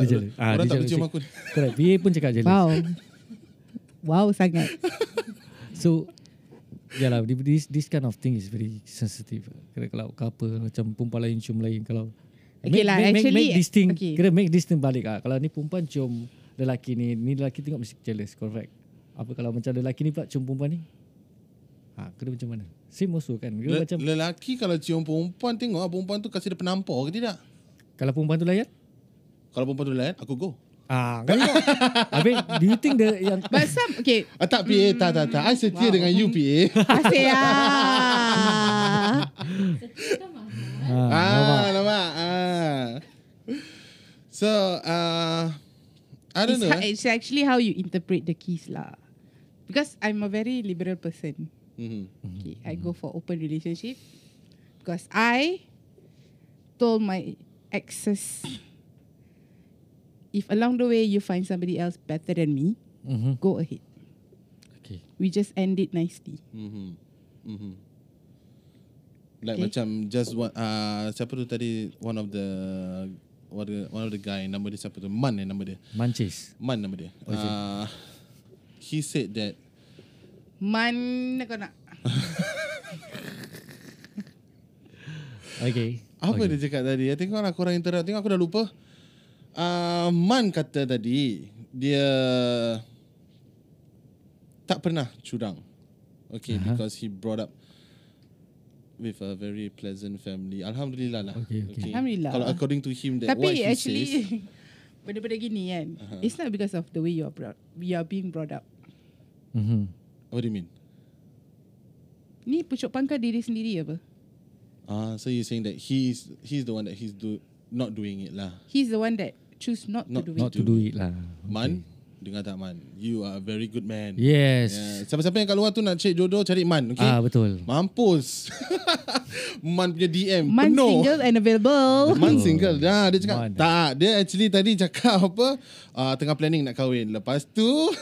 F: Dia jealous.
D: Ah, orang
F: dia
D: tak boleh
F: jealous.
D: cium aku ni.
F: Correct. BA pun cakap jealous.
E: wow. wow sangat.
F: So Ya lah This, this kind of thing Is very sensitive Kira kalau couple Macam perempuan lain Cium lain Kalau
E: Okay lah,
F: make,
E: actually-
F: make, make this thing
E: okay.
F: okay. Kira make this thing balik lah. Kalau ni perempuan cium Lelaki ni Ni lelaki tengok Mesti jealous Correct Apa kalau macam lelaki ni pula Cium perempuan ni ha, Kira macam mana Same also kan Kira
D: Le-
F: macam
D: Lelaki kalau cium perempuan tengok ah, perempuan tu kasi dia penampar ke tidak?
F: Kalau perempuan tu layan
D: Kalau perempuan tu layan, aku go.
F: Ah, kan tengok. Habis do you think the yang
E: But some okay.
D: Ah, tak PA, tak, tak, tak. I setia wow. dengan you PA.
E: Asyik
D: ah, nampak. Ah. So, uh, I don't
E: It's,
D: know.
E: ha-
D: Eh.
E: it's actually how you interpret the kiss lah. Because I'm a very liberal person.
D: Mm-hmm.
E: Okay, I go for open relationship because I told my exes if along the way you find somebody else better than me,
F: Mhm.
E: go ahead.
F: Okay.
E: We just end it nicely.
D: Mm-hmm. Mm-hmm. Like
E: Okay.
D: macam just one, uh, siapa tu tadi one of the one of the, one of the guy nama dia siapa tu Man eh nama dia
F: Mancis.
D: Man nama dia uh, he said that
E: Mana kau nak?
F: Okay.
D: Apa okay. dia cakap tadi? Ya, tengok lah korang interact. Tengok aku dah lupa. Uh, Man kata tadi, dia tak pernah curang. Okay, uh-huh. because he brought up with a very pleasant family. Alhamdulillah lah.
F: Okay, okay.
E: Alhamdulillah.
D: Kalau according to him, that what he
E: Tapi actually
D: says, Uh-huh.
E: benda-benda gini kan, it's not because of the way you are brought, you are being brought up.
F: Mhm.
D: what do you mean?
E: Ni pucuk pangkal diri sendiri apa?
D: Ah, so you're saying that he's he's the one that he's do not doing it lah.
E: He's the one that choose not,
D: Not-
E: to do
F: Not
E: it.
F: to do it lah.
D: Man, dengar tak Man? You are a very good man.
F: Yes.
D: Yeah. Siapa-siapa yang kat luar tu nak cari jodoh, cari Man. Okay?
F: Ah betul.
D: Mampus Man punya DM
E: Man
D: Penuh
E: single and available.
D: Man single dah Dia cakap
F: Man.
D: Tak Dia actually tadi cakap apa uh, Tengah planning nak kahwin Lepas tu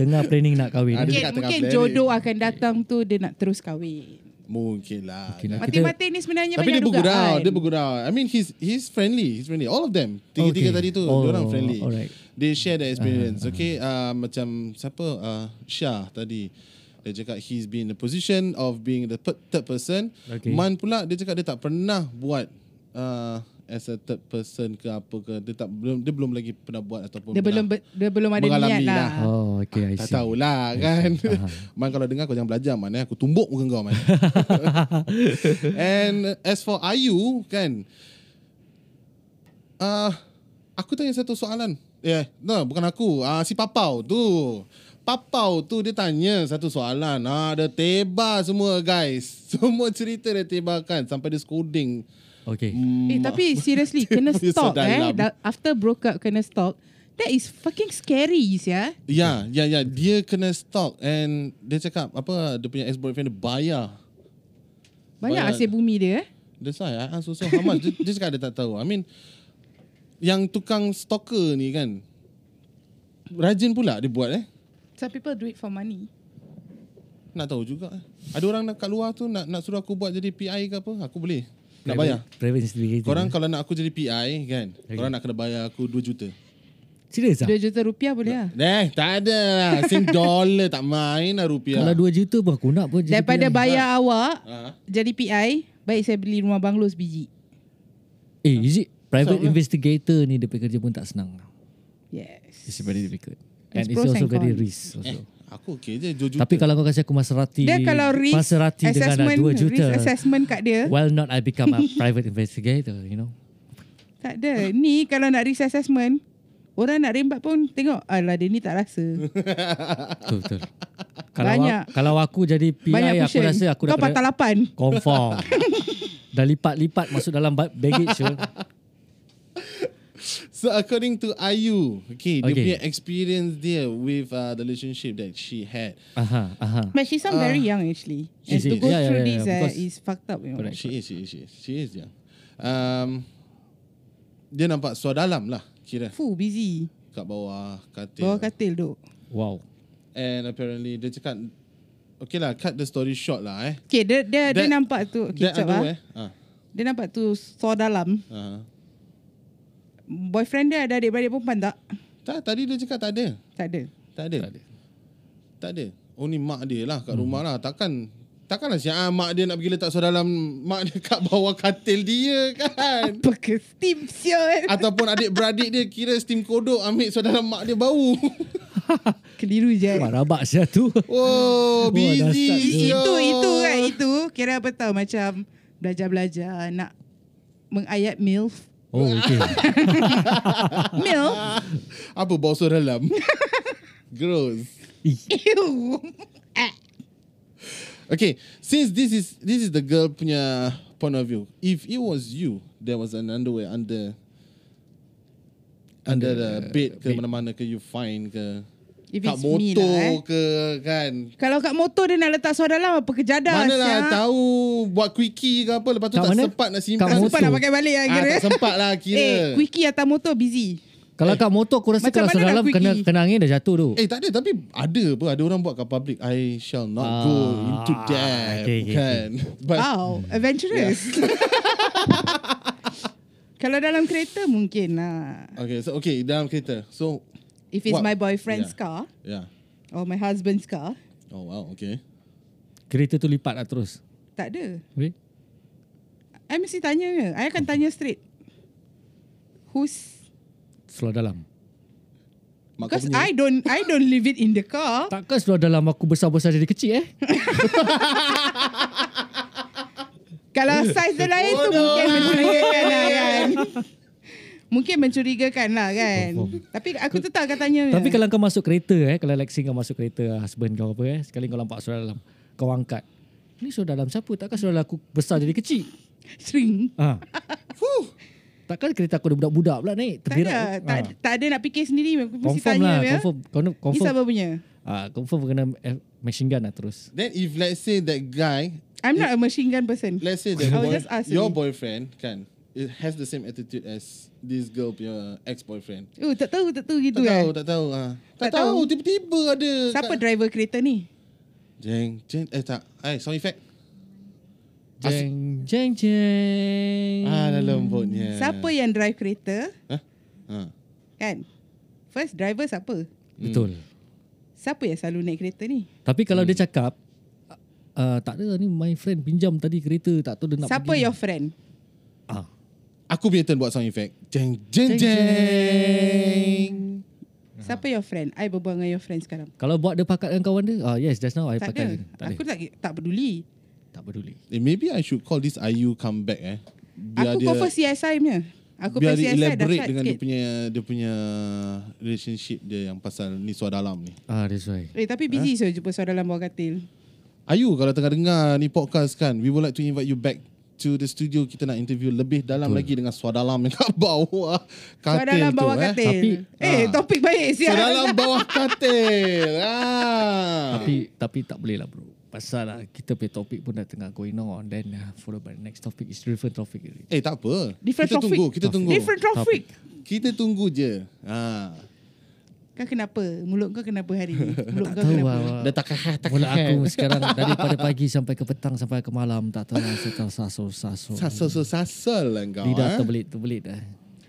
F: Tengah planning nak kahwin.
D: Ada
E: Mungkin,
D: cakap tengah
E: mungkin
D: plan ni.
E: jodoh akan datang tu dia nak terus kahwin.
D: Mungkin lah
F: Mungkin lah.
E: Mati-mati ni sebenarnya
D: Tapi dia
E: banyak
D: bergurau
E: dugaan.
D: Dia bergurau I mean he's he's friendly He's friendly All of them Tiga-tiga
F: Okay.
D: tadi tu oh,
F: Oh,
D: Diorang friendly
F: alright.
D: They share their experience
E: Uh-huh.
D: Okay uh, Macam siapa uh, Syah tadi dia cakap he's been in the position of being the pe- third person.
F: Okay.
D: Man pula dia cakap dia tak pernah buat uh, as a third person ke apa ke. Dia tak belum dia belum lagi pernah buat ataupun
E: dia
D: pernah
E: belum ber- dia belum ada
D: Mengalami
E: niat lah.
D: lah.
F: Oh okay I
D: Tak
F: see.
D: tahulah kan Man kalau dengar kau jangan belajar Man eh. Aku tumbuk muka kau Man And as for Ayu kan uh, Aku tanya satu soalan Eh, no, bukan aku. Ah, si Papau tu. Papau tu dia tanya satu soalan. Ah, dia tebar semua guys. Semua cerita dia tebarkan sampai dia scolding.
F: Okay.
D: Hmm,
E: Eh tapi seriously kena
D: Dia
E: stop eh.
D: sedalam.
E: Da- After broke up kena stop. That is fucking scary ya.
D: Ya, ya, ya. Dia kena stalk and dia cakap apa dia punya ex-boyfriend dia bayar
E: Banyak
D: Banyak.
E: asyik bumi dia eh.
D: That's why I ask also how much. dia, dia cakap dia tak tahu. I mean, yang tukang stalker ni kan, rajin pula dia buat eh.
E: Some people do it for money.
D: Nak tahu juga eh. Ada orang nak kat luar tu nak nak suruh aku buat jadi PI ke apa, aku boleh. Nak bayar.
F: Private investigator.
D: Korang kalau nak aku jadi PI kan, korang nak kena bayar aku 2 juta.
F: serius ah?
E: 2 juta rupiah boleh lah.
D: Eh, tak ada lah. Sing dollar tak main lah rupiah.
F: Kalau 2 juta pun aku nak pun jadi
E: Daripada
D: lah.
F: PI.
E: bayar awak
D: Ah.
E: jadi PI, baik saya beli rumah banglo sebiji.
F: Eh is it private investigator ni dia punya kerja pun tak senang.
E: Yes.
F: It's very difficult.
E: There's
F: And it's
E: pros
F: also
E: and cons.
F: very
D: Eh,
F: risk also.
D: Aku okey je 2 juta.
F: Tapi kalau kau kasi aku Maserati,
E: Dia kalau risk
F: Maserati dengan
E: assessment,
F: 2
E: risk
F: juta.
E: assessment kat dia.
F: Well not I become a private investigator, you know.
E: Tak ada. Ni kalau nak risk assessment, orang nak rembat pun tengok, alah dia ni tak rasa.
F: Betul betul. Kalau
E: Banyak.
F: Aku, kalau aku jadi PI
E: Banyak
F: aku
E: cushion.
F: rasa aku dah
E: Kau patah lapan.
F: conform. dah lipat-lipat masuk dalam ba- baggage. tu.
D: So according to Ayu, okay, okay. dia
F: Okay.
D: punya experience dia with uh, the relationship that she had.
F: Aha, aha.
E: But she sound very young actually. And
F: She
E: to
F: is.
E: go
F: Yeah, yeah,
E: through
F: yeah,
E: this uh,
F: because-
E: is fucked up. You know.
F: Correct.
D: She is, she is, she is. She is young. Um, dia nampak suar dalam lah, kira.
E: Fuh, busy.
D: Kat bawah katil.
E: Bawa katil duk.
F: Wow.
D: And apparently dia cakap, okay lah, cut the story short lah eh.
E: Okay, dia, dia, dia
D: That-
E: nampak tu. Okay,
D: That
E: sekejap
D: ada
E: ah.
D: eh. Ah.
E: Dia nampak tu saw dalam.
D: Uh-huh.
E: Boyfriend dia ada adik-beradik perempuan tak?
D: Tak, tadi dia cakap tak ada.
E: Tak ada.
D: Tak ada. Tak ada. Tak ada. Only mak dia lah kat hmm. rumah lah. Takkan Takkanlah si ah, mak dia nak pergi letak suara dalam mak dia kat bawah katil dia kan.
E: Apa ke steam eh. siot?
D: Ataupun adik-beradik dia kira steam kodok ambil saudara mak dia bau.
E: Keliru je.
F: Wah, rabak sia tu.
D: Oh,
F: dah
D: busy.
F: start
E: I-
D: sial.
E: Itu itu kan itu kira apa tahu macam belajar-belajar nak mengayat milf.
F: Oh, okay.
E: Milf.
D: Apa bau suara dalam? Gross.
E: Ew.
D: Okay, since this is this is the girl punya point of view. If it was you, there was an underwear under under the bed ke mana-mana ke you find ke
E: If
D: kat
E: it's
D: motor
E: me lah eh.
D: ke kan.
E: Kalau kat motor dia nak letak suara dalam apa kejadah
D: Manalah
E: siak.
D: tahu buat quickie ke apa lepas tu
F: Kat
D: tak
F: mana?
D: sempat nak
F: Kat
D: simpan.
E: Tak sempat
F: Motor.
E: nak pakai balik lah
D: Ah,
E: kira.
D: tak sempat lah kira.
E: Eh, quickie atas motor busy.
F: kalau kat motor aku rasa
E: Macam
F: kalau
E: mana nak
F: dalam kena
E: pergi?
F: kena angin dah jatuh tu.
D: Eh tak ada tapi ada apa ada orang buat kat public I shall not ah, go into that okay,
F: okay, okay,
D: kan but
E: Wow, adventurous. Kalau dalam kereta mungkin lah.
D: okay so okay dalam kereta so
E: If it's
D: What?
E: my boyfriend's
D: Yeah.
E: car
D: yeah
E: or my husband's car,
D: oh wow okay
F: Kereta tu lipat lah terus.
E: tak ada.
F: Okay?
E: I mesti tanya dia. I akan tanya straight. Who's
F: Seluar dalam.
D: Mak kau
E: Because
D: punya
E: I don't I don't leave it in the car.
F: Takkan seluar dalam aku besar-besar jadi kecil eh?
E: Kalau
F: Eh,
E: saiz dia lain tu mungkin mencurigakan lah kan. mungkin mencurigakan lah kan. Tapi aku tetap akan tanya. dia.
F: Tapi kalau kau masuk kereta eh, kalau Lexi kau masuk kereta husband kau apa eh, sekali kau nampak suara dalam, kau angkat. Ni suara dalam siapa? Takkan suara aku besar jadi kecil?
E: Sering.
F: Ha. Takkan kereta aku ada budak-budak pula naik?
E: Tak
F: terberak
E: ada,
F: tu.
E: tak,
F: Ha.
E: tak ada nak fikir sendiri. Mesti
F: Confirm
E: tanya ya.
F: lah,
E: dia.
F: confirm. Confirm.
E: Ni
F: Confirm,
E: siapa punya?
F: ah, confirm kena eh, machine gun lah terus.
D: then if let's say that guy
E: I'm not a machine gun person.
D: let's say that
E: I was
D: boy,
E: just asking.
D: your boyfriend kan it has the same attitude as this girl punya ex boyfriend
E: Oh, tak tahu, tak tahu
D: tak
E: gitu
D: tahu
E: eh.
D: tak tahu ah tak,
E: Tak
D: tahu
E: tahu.
D: tiba-tiba ada
E: Siapa
D: kat-
E: driver kereta ni?
D: jeng jeng eh tak eh sound effect
F: Jeng, jeng, jeng.
D: ah dah lembutnya
E: Hmm. Siapa yang drive kereta?
D: ha
E: Kan? First driver siapa?
F: Hmm. Betul.
E: Siapa yang selalu naik kereta ni?
F: Tapi kalau
E: Hmm.
F: dia cakap, uh, tak ada ni my friend pinjam tadi kereta, tak tahu dia nak
E: siapa
F: pergi.
E: your friend?
F: Ah.
D: aku punya turn buat sound effect jeng jeng jeng
E: Siapa your friend? I berbual dengan your friend sekarang.
F: Kalau buat dia pakat dengan kawan dia, ah yes, just now I
E: tak
F: pakat
E: ada.
F: dia. Tak
E: Aku
F: ada.
E: tak tak peduli.
F: Tak peduli.
D: eh, maybe I should call this IU come back eh biar
E: aku
D: dia
E: cover CSI punya. Aku
D: biar
E: punya
D: dia
E: CSI dah
D: elaborate dengan dia punya dia punya relationship dia yang pasal ni suara dalam ni
F: Ah, that's why.
E: Eh tapi busy huh? so jumpa suara dalam bawah katil.
D: Ayu kalau tengah dengar ni podcast kan We would like to invite you back to the studio Kita nak interview lebih dalam Betul. lagi Dengan suara dalam yang kat bawah
E: Suara dalam
D: Katil tu
E: bawah
D: eh.
E: katil.
F: Tapi-
E: eh
D: Ah.
E: topik baik siap.
D: Suara dalam bawah katil ah.
F: Tapi tapi tak boleh lah bro. Pasal lah, kita punya topik pun dah tengah going on. Then uh, followed by the next topic is different topic. already.
D: Eh tak apa
E: Different
D: Kita
E: topic.
D: tunggu Kita tunggu
E: Different topic.
D: Kita tunggu je ha.
E: Kau kenapa? Mulut kau kenapa hari ni? Mulut kau
F: Tahu
E: kenapa?
F: lah. awak.
D: Dah tak kahah tak
F: Mula aku sekarang daripada pagi sampai ke petang sampai ke malam tak tahu lah saya tahu sasol sasol.
D: Sasal-sasal lah kau
F: Lidah
D: eh.
F: terbelit terbelit dah.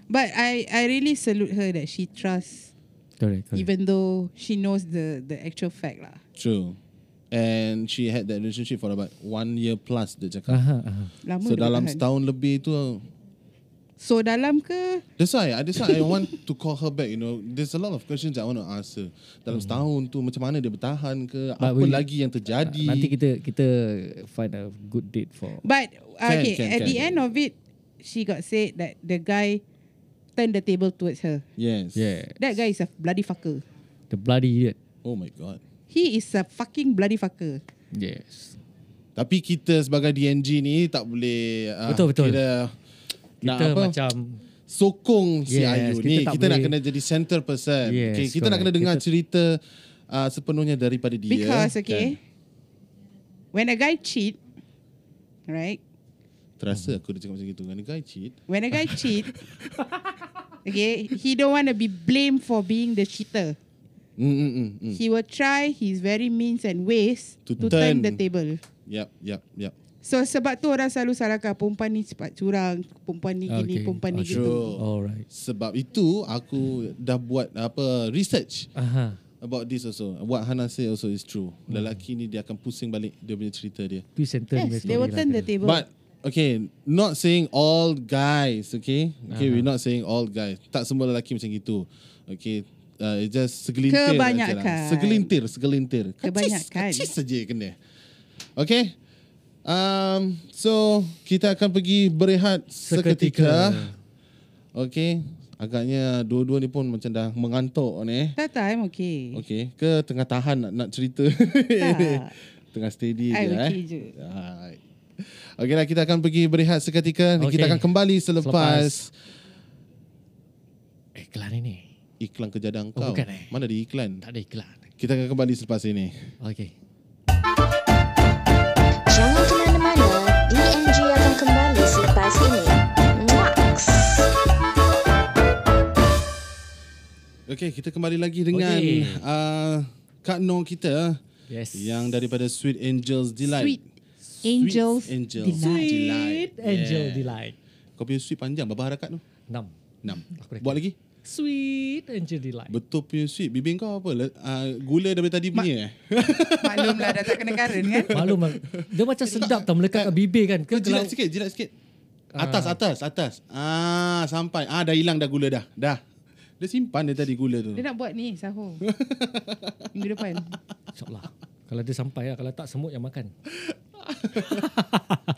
E: But I I really salute her that she trusts
D: Hmm.
F: Correct, correct.
E: even though she knows the the actual fact lah.
D: True And she had that relationship
F: Ah,
D: for about One year plus dia cakap
F: Aha, aha.
E: Lama
D: So
F: kan?
E: dia
D: dalam
E: bertahan.
D: setahun lebih tu
E: So dalam ke?
D: That's why That's why I want to call her back You know There's a lot of questions I want to ask her Dalam setahun tu Macam mana dia bertahan ke
F: Hmm. But
D: Apa
F: we-
D: lagi yang terjadi
F: Nanti kita kita find a good date for
E: But
D: Can,
E: okay,
D: can,
E: at
D: can.
E: the end of it, she got said that the guy turned the table towards her.
D: Yes
F: yeah
E: That guy is a bloody fucker.
F: the bloody idiot.
D: Oh my god
E: He is a fucking bloody fucker.
F: Yes.
D: Tapi kita sebagai DNG ni Tak boleh ah,
F: Betul, betul.
D: Kita, nak
F: Kita
D: apa
F: macam
D: Sokong si
F: Yes,
D: Ayu
F: kita
D: ni
F: tak
D: Kita nak
F: boleh-
D: kena jadi center person
F: Yes,
D: okay, Kita nak
F: correct.
D: kena dengar
F: Kita-
D: cerita ah, Sepenuhnya daripada dia
E: Because
D: Kan?
E: okay, when a guy cheat, right?
D: Terasa aku dah cakap macam itu Dengan the guy cheat
E: When a guy cheat, okay, he don't want to be blamed for being the cheater.
D: mm, mm, mm, mm.
E: He will try his very means and ways
D: To
E: to, turn.
D: turn.
E: the table.
D: Yep, yep, yep
E: So sebab tu orang selalu salahkan perempuan ni cepat curang, perempuan ni gini,
F: Okay.
E: perempuan ni
F: Ah,
E: gitu.
D: True
F: alright.
D: Sebab itu aku dah buat apa research
F: Aha.
D: about this also. What Hana say also is true. Lelaki ni dia akan pusing balik dia punya cerita dia.
F: Tu center
E: Yes, they will
F: lah.
E: turn the table.
D: But okay, not saying all guys, okay? Okay, uh-huh. we're not saying all guys. Tak semua lelaki macam gitu. Okay. Uh, it's just segelintir aja
E: Kebanyakan.
D: lah. Segelintir, segelintir.
E: Kebanyakan.
D: Kecil saja kena. Okay? Um, so, kita akan pergi berehat seketika.
F: Seketika.
D: Okay. Agaknya dua-dua ni pun macam dah mengantuk ni.
E: Tak tak, I'm okay.
D: Okay. Ke tengah tahan nak, nak cerita?
E: Tak.
D: tengah steady
E: I
D: je eh.
E: okay je.
D: Alright. Okeylah kita akan pergi berehat seketika okay. kita
F: Okey.
D: akan kembali selepas,
F: Iklan Eh, ini.
D: iklan kejadian kau.
F: Oh, bukan eh?
D: Mana di iklan?
F: Tak ada iklan.
D: Kita akan kembali selepas ini.
F: Okay.
J: Jangan ke mana-mana, DNG akan kembali selepas ini. Muaks!
D: Okey, kita kembali lagi dengan okay.
F: Okey.
D: uh, Kak Nor kita
F: Yes.
D: yang daripada Sweet Angels Delight.
E: Sweet Angels
D: Sweet Angels
E: Delight.
D: Delight.
F: Sweet Angel
D: Yeah.
F: Delight.
D: Kau punya sweet panjang berapa harakat tu?
F: 6.
D: 6.
F: Aku dah
D: Buat lagi?
F: Sweet Angel Delight.
D: Betul punya sweet. Bibir kau apa? Le- uh, gula daripada tadi punya eh?
E: Maklumlah dah tak kena current kan?
F: Maklum lah. Dia macam sedap tau melekat kat bibir kan.
D: Kau
F: Kau
D: jilat
F: kalau
D: sikit, jilat sikit. Atas, atas, atas. Ah, sampai. Ah, dah hilang dah gula dah. Dah. Dia simpan dia tadi gula tu.
E: Dia nak buat ni sahur. Minggu depan.
F: insyaAllah. Kalau dia sampai lah. Kalau tak semut yang makan.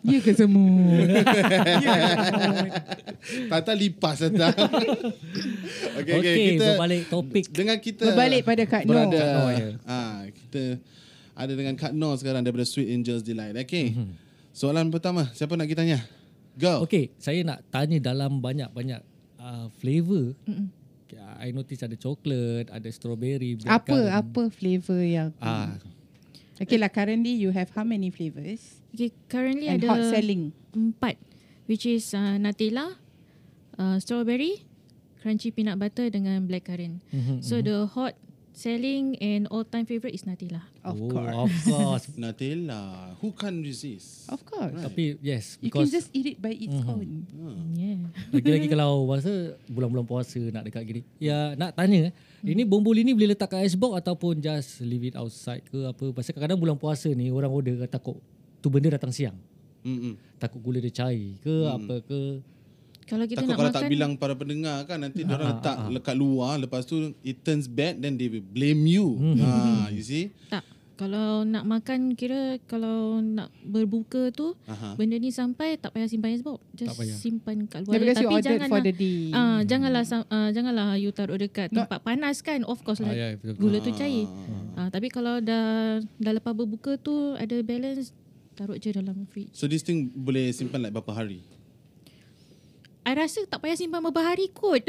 E: Ya ke semua?
D: Tata lipas Tata. okay, okay,
F: Okey,
D: kita
F: berbalik topik.
D: Dengan kita
E: Berbalik pada Kak Noh.
D: Berada,
E: Kak
F: Noh, ya.
D: ah, kita ada dengan Kak Noh sekarang daripada Sweet Angels Delight. Okay. Mm-hmm. Soalan pertama, siapa nak kita tanya?
E: Oh.
D: Go. Okay.
F: Okay, saya nak tanya dalam banyak-banyak uh, flavor. Okay, I notice ada coklat, ada strawberry.
E: Apa
F: blackcurrant.
E: apa flavour yang
F: Ah,
E: Okay lah currently you have how many flavours
K: Okay, currently
E: and
K: ada
E: hot selling?
K: empat which is uh, Nutella, uh, strawberry, crunchy peanut butter dengan blackcurrant. Mm-hmm, so mm-hmm. the hot selling and all time favorite is Nutella.
E: Of
F: oh,
E: course.
F: Of course.
D: Nutella. Who can resist?
E: Of course.
F: Tapi yes,
E: You can
F: because
E: just eat it by its own.
K: Yeah.
F: lagi-lagi kalau puasa, bulan-bulan puasa nak dekat gini. Ya, nak tanya. Hmm. Ini bombol ini boleh letak kat icebox ataupun just leave it outside ke apa. Pasal kadang-kadang bulan puasa ni orang order takut tu benda datang siang.
D: Mm-mm.
F: Takut gula dia cair ke hmm. apa ke.
K: Kalau kita
D: Takut
K: nak
D: kalau
K: makan
D: tak bilang para pendengar kan nanti dia orang letak lekat luar lepas tu it turns bad then they will blame you. Ha, you see?
K: tak. Kalau nak makan kira kalau nak berbuka tu
D: Aha.
K: benda ni sampai tak payah simpan icebox. Just simpan kat luar.
E: Yeah, because
K: Tapi
E: you ordered
K: janganlah
E: for the day.
K: Ah, janganlah sam- ah, janganlah you taruh dekat tempat panas kan. Of course lah.
F: Ah, ya, betul-betul.
K: gula tu cair. Ah, tapi kalau dah dah lepas berbuka tu ada balance taruh je dalam fridge.
D: So this thing boleh simpan like berapa hari?
K: I rasa tak payah simpan berhari kot.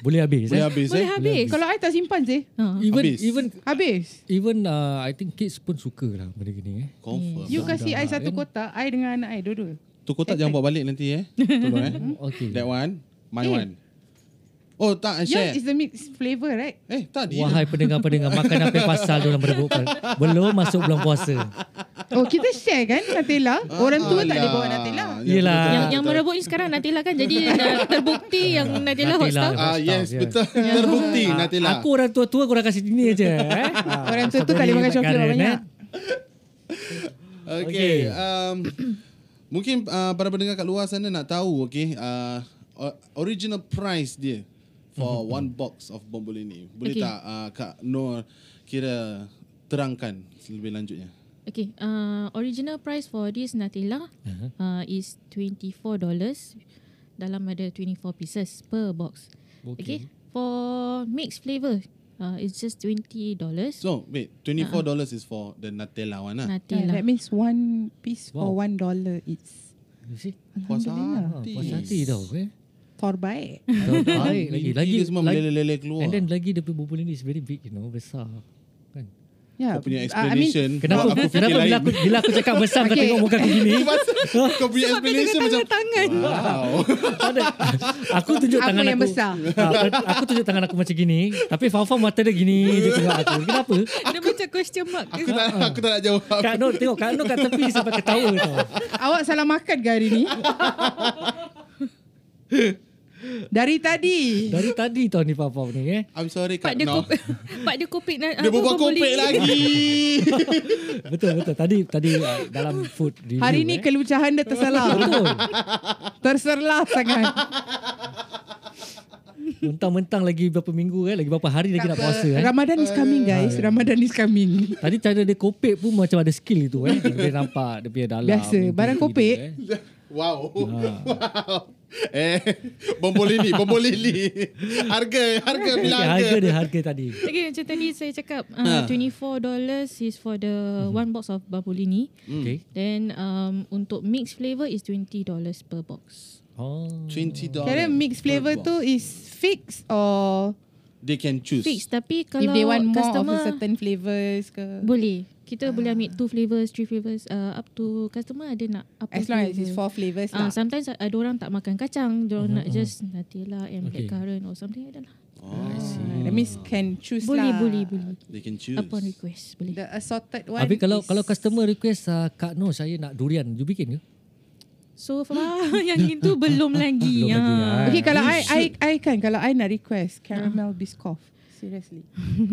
F: Boleh habis
D: Boleh
F: eh.
D: habis
K: Boleh
D: eh?
K: habis.
E: Kalau I tak simpan sih.
F: Even
D: Habis.
F: even
E: Habis.
F: even uh, I think kids pun suka lah benda gini eh.
D: Confirm.
E: You kasih I satu kotak, I dengan anak I dua-dua.
D: Tu kotak jangan buat balik nanti eh. Tolong eh.
F: Okay.
D: That one, my
E: Eh.
D: one. Oh tak, I share.
E: Yours is the mixed flavour, right?
D: eh, tak dia.
F: Wahai pendengar-pendengar makan apa yang pasal diorang merebutkan. kan? Belum masuk bulan puasa.
E: Oh, kita share kan
D: Ah,
E: Nutella. Orang tua tak boleh bawa
D: Alah.
E: Nutella.
D: Ya,
F: Yelah.
K: yang yang merebut ni sekarang Natila kan. Jadi dah terbukti yang Natila hot
F: Natila.
K: stuff.
D: Ah, yes, betul.
E: Ya.
D: Ah, Terbukti
E: Ah,
D: Natila.
F: Ya. Aku orang tua-tua korang kasih ini aja. Eh?
E: Orang tua tu tak boleh makan coklat banyak.
D: Okay. Um, mungkin uh, para pendengar kat luar sana nak tahu okay, uh, o- original price dia for
E: Mhm.
D: one box of bombolini. Boleh
K: Okay.
D: tak uh, Kak Noor kira terangkan lebih lanjutnya?
K: Okay, uh, original price for this Nutella uh-huh. uh, is $24 dalam ada 24 pieces per box.
D: Okay.
K: okay for mixed flavour, uh, it's just $20.
D: So, wait, $24 uh-huh. is for the Nutella one lah.
K: Nutella.
E: That means one piece for
D: Wow.
E: one dollar. It's
F: You see?
D: Puas
E: Alhamdulillah.
D: hati.
F: Puas hati tau eh.
E: Torbaik.
F: Baik lagi
D: Binti
F: lagi
D: dia semua meleleh-leleh keluar.
F: And then lagi dia punya bubble ini is very big you know, besar. Kan?
E: Yeah. Ah,
D: Kau punya
E: I- I mean,
D: explanation, I mean,
F: Kenapa
D: aku fikir
F: kenapa
D: lain.
F: bila aku bila aku cakap besar kau
E: Okay.
F: tengok muka aku gini?
D: Kau punya
E: Sebab dia
D: explanation macam,
E: tengah tangan.
D: wow.
F: Aku tunjuk
E: Aku
F: tangan
E: yang
F: aku.
E: besar.
F: Ah, aku tunjuk tangan aku macam gini, tapi Fafa mata dia gini dia tengok aku. Kenapa?
K: Dia macam question mark.
D: Aku tak, aku tak nak jawab.
F: Ah, Kak Nur tengok Kak Nur kat tepi sampai ketawa tau.
E: Awak salah makan ke hari ni? Dari tadi.
F: Dari tadi tau ni Fafa ni eh.
D: I'm sorry
K: Pak
D: Kak
K: dia
D: Noor.
K: kopik. Pak dia kopik. na- apa,
D: Dia berbual
K: bumbuli.
D: kopek lagi.
F: Betul betul. Tadi tadi ah, dalam food review.
E: Hari ni
F: eh.
E: kelucahan dia tersalah.
F: Betul.
E: Terserlah sangat.
F: Mentang-mentang lagi berapa minggu eh, lagi berapa hari lagi nak puasa eh.
E: Ramadan is coming guys. Ramadan is coming.
F: Tadi cara dia kopek pun macam ada skill itu eh. Dia boleh nampak dia punya dalam.
E: Biasa,
F: mimpi
E: barang
F: dia,
E: kopek.
F: eh.
D: Wow.
F: Ha.
D: Wow. Eh, bombol lili, bombol lili. Harga, harga bila
F: Harga,
D: harga.
F: harga dia harga tadi.
K: Okay, macam tadi saya cakap
E: Ha.
K: uh, $24 is for the
E: Hmm.
K: one box of Barbolini.
F: Okay.
K: Then um, untuk mixed flavour is $20 per box.
F: Oh.
D: $20.
E: Kira mix flavor tu is fixed or
D: They can choose.
K: Fix tapi
E: if
K: kalau
E: they want more
K: customer
E: of a certain Ah. flavours ke?
K: boleh. Kita boleh ambil two flavours, three flavours uh, up to customer ada nak apa
E: As long as
K: flavour.
E: it's four flavours
K: Ah,
E: lah. Mm-hmm.
K: sometimes ada orang tak makan kacang, dia orang nak just Nutella and okay. blackcurrant or something like that lah.
E: Ah, That means can choose
K: Boleh,
E: lah.
K: boleh, boleh.
D: They can choose.
K: Upon request, boleh.
E: The assorted one.
F: Habis kalau
E: is-
F: kalau customer request uh, Kak Noh saya nak durian, you bikin ke?
K: So far yang itu belum lagi.
F: Belum lagi,
K: Ah.
E: Okay, kalau I, I, I kan, kalau I nak request caramel biscoff. Seriously.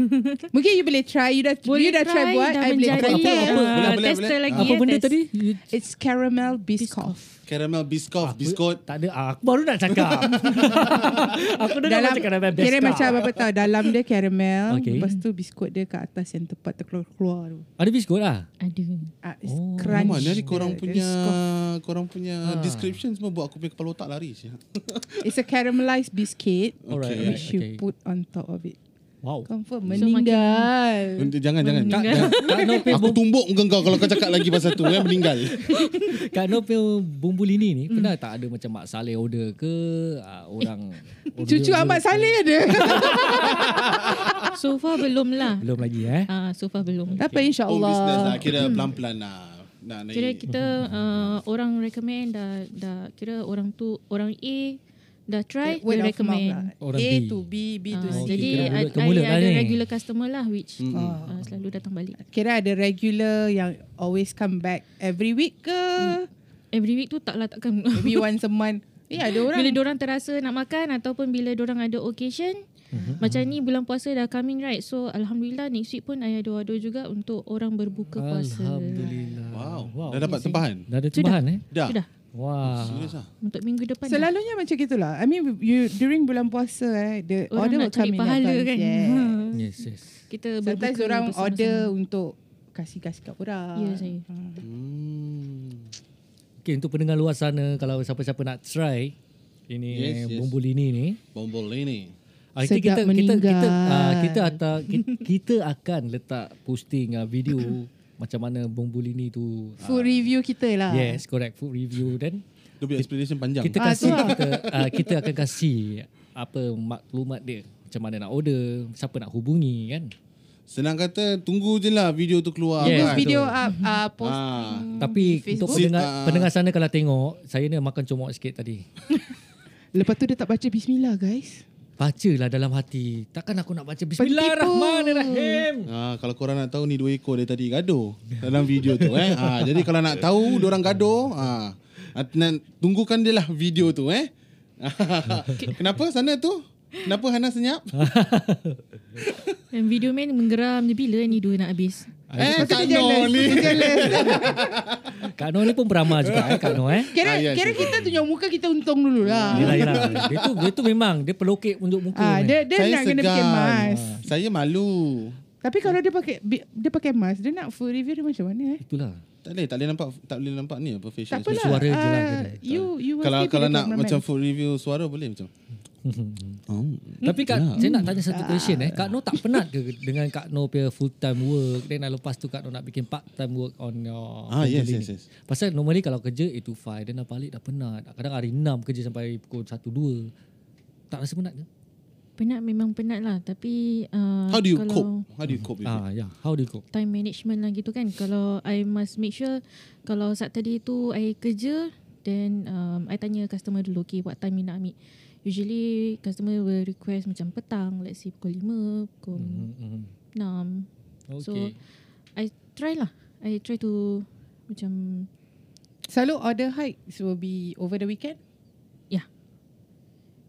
E: Mungkin you boleh try. You dah,
K: Boleh
E: you dah
K: try,
E: try, buat.
K: dah
E: I boleh try.
K: menjadi.
F: Apa, apa,
K: Ah,
D: boleh, boleh,
K: tester
D: boleh.
K: lagi
F: Apa
K: eh,
F: benda
K: test.
F: tadi? You,
E: It's caramel biscoff.
D: Caramel biscoff, biskut.
F: Tak ada. Ah, aku baru nak cakap. aku dah nak
E: Dalam,
F: cakap dalam best
E: kira
F: card.
E: macam apa tahu. Dalam dia caramel.
F: Okay.
E: Lepas tu biskut dia kat atas yang tepat terkeluar-keluar tu.
F: Ada biskut lah.
K: Ada.
E: Ah, it's
F: Oh.
E: crunch.
D: Oh, mana ni
E: dia,
D: korang
E: dia
D: punya
E: biscoff.
D: korang
F: Ha.
D: punya description semua buat aku punya kepala otak lari siap.
E: It's a caramelized biscuit.
D: Okay.
F: Alright, alright.
E: Which you
F: Okay.
E: put on top of it.
F: Wow.
K: So,
E: Confirm
K: makin-
E: Hmm. meninggal.
D: Jangan jangan.
K: Meninggal.
D: Kak, jangan.
F: Kak Noh punya
D: Aku tumbuk muka kau kalau kau cakap lagi pasal tu ya meninggal.
F: Kak Noh punya bumbu lini ni pernah
E: Hmm.
F: tak ada macam Mak Saleh order ke uh, orang order
E: Eh, Cucu
F: ke?
E: Ahmad Saleh ada.
K: So far belum lah.
F: Belum lagi eh.
K: Ah, so far belum.
D: Home
E: Tapi
D: business lah
E: insyaAllah.
D: kira pelan-pelan lah. Nak naik.
K: Kira kita uh, orang recommend dah dah kira orang tu orang A dah try dia
E: Word of mouth lah.
K: recommend.
F: Orang
E: A
F: B.
E: to B, B to
K: Ah,
E: C.
K: jadi
F: Kira
K: I,
F: mulut ke
K: I,
F: mulut lah
K: ada
F: ni. Hmm.
K: regular customer lah which uh, selalu datang balik.
E: Kira ada regular yang always come back every week ke?
K: Hmm. Every week tu taklah takkan
E: Maybe once a month. Ya, ada orang.
K: bila orang terasa nak makan ataupun bila orang ada occasion
D: Mhm.
K: macam ni bulan puasa dah coming right so alhamdulillah next week pun I ada order juga untuk orang berbuka puasa.
F: Alhamdulillah.
D: Wow. Dah dapat tempahan.
F: Dah ada tempahan eh.
D: Dah.
K: Sudah
F: Wah.
D: Serius ah.
K: untuk minggu depan. dah.
E: Selalunya macam gitulah. I mean, you during bulan puasa, eh, the
K: orang
E: order
K: nak
E: will
K: cari
E: come in
K: pahala
E: advance.
K: kan.
E: Yeah.
F: Yes, yes.
K: Kita
E: Sometimes
K: berbuka
E: orang
K: bersama-sama.
E: order untuk kasih-kasih kat orang.
K: Ya saya.
D: Hmm.
F: Okay, untuk pendengar luar sana kalau siapa-siapa nak try ini
D: Yes,
F: yes,
D: yes.
F: bumbu lini ni
D: Bombol ini.
F: Ah, kita,
E: Sedap
F: kita, kita kita ah,
E: meninggal.
F: kita akan kita akan letak posting ah, video macam mana bumbu lini tu. ah,
E: Food review kita lah.
F: Yes, correct food review dan
D: Dia punya explanation panjang.
F: kita
E: Ah, tu
F: kasih
E: lah.
F: kita, ah, kita akan kasih apa maklumat dia macam mana nak order, siapa nak hubungi kan.
D: Senang kata tunggu je lah video tu keluar kan.
F: Yes,
E: Video up, uh, posting.
F: Tapi
E: di
F: untuk
E: Facebook.
F: pendengar
D: Ah.
F: pendengar sana kalau tengok, saya ni makan comot sikit tadi.
E: Lepas tu dia tak baca bismillah guys.
F: Bacalah dalam hati. Takkan aku nak baca Bismillahirrahmanirrahim.
D: Ha, kalau korang nak tahu ni dua ekor dia tadi gaduh dalam video tu eh. Ha, jadi kalau nak tahu orang gaduh, ha, at- nan- tunggukan dia lah video tu eh. Kenapa sana tu? Kenapa Hana senyap?
K: Dan video man menggeram je bila ni dua nak habis.
D: Eh,
E: Kau
D: Kak
E: kena jealous,
D: Noh ni.
E: kau jealous.
F: Kak Noh ni pun beramal juga eh, Kak Noh eh.
E: Kira,
F: Ah, yes,
E: kira
F: yes.
E: kita tunjuk muka kita untung dulu lah.
F: Yelah, yelah. Dia tu, dia tu memang dia pelukit untuk muka.
E: Ah,
F: ni.
E: dia dia nak kena pakai mask.
D: Saya malu.
E: Tapi kalau dia pakai bi- dia pakai mask, dia nak full review dia macam mana eh?
F: Itulah.
D: Tak boleh, tak boleh nampak tak boleh nampak ni apa facial.
E: Tak apalah.
D: expression.
F: suara je lah
E: ah,
F: kena.
E: You you mesti
D: Kalau
E: pilih
D: kalau nak
E: cameraman.
D: macam food review suara boleh macam. Oh.
F: Tapi Kak, saya nak tanya satu question eh. Kak Noh tak penat ke dengan Kak Noh punya full time work? Then ah, lepas tu Kak Noh nak bikin part time work on your
D: Ah, yes,
F: company
D: yes,
F: ni?
D: yes.
F: Pasal normally kalau kerja 8 to 5, then dah balik dah penat. Kadang hari 6 kerja sampai pukul 1 2. Tak rasa penat ke?
K: Penat memang penat lah tapi uh,
D: How do you
K: kalau
D: cope? How do you cope with it?
F: Ah, yeah. How do you cope?
K: time management lah gitu kan kalau I must make sure kalau saat tadi tu I kerja then um, I tanya customer dulu okay what time you nak ambil usually customer will request macam petang let's say pukul 5 pukul
F: Mm-hmm.
K: 6 Hmm. so
F: hmm. Okay.
K: I try lah I try to macam
E: Selalu order hikes will be over the weekend.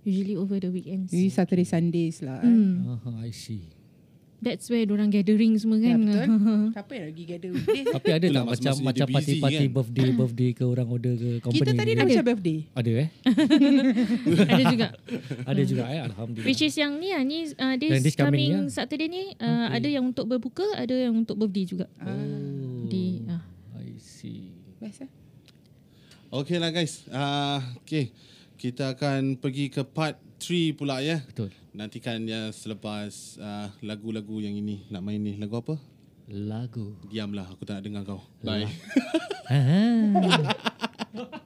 K: usually over the weekends
E: Usually Saturday Sundays lah. eh.
K: Hmm,
F: Ah, I see.
K: that's where orang gathering semua
E: Ya,
K: kan
E: betul. Siapa yang lagi gather weekdays?
F: Tapi ada
D: Itulah
F: tak
D: masa-
F: macam
D: masa dia
F: macam
D: busy
F: party-party
D: kan?
F: birthday birthday ke orang order ke company?
E: Kita tadi
F: ke?
E: dah macam birthday.
F: ada eh.
K: ada juga
F: Ada juga eh alhamdulillah.
K: Which is yang ni lah ni uh, this,
F: Yang this coming,
K: coming,
F: ya.
K: Saturday ni uh, okay. ada yang untuk berbuka, ada yang untuk birthday juga.
F: oh,
K: Di ah.
F: I see.
E: Best eh?
D: Okay lah guys. Ah, okay. Kita akan pergi ke part 3 pula ya.
F: Betul.
D: Nantikan ya selepas ah, lagu-lagu yang ini nak main ni. Lagu apa?
F: Lagu.
D: Diamlah aku tak nak dengar kau. Bye.
F: Ah.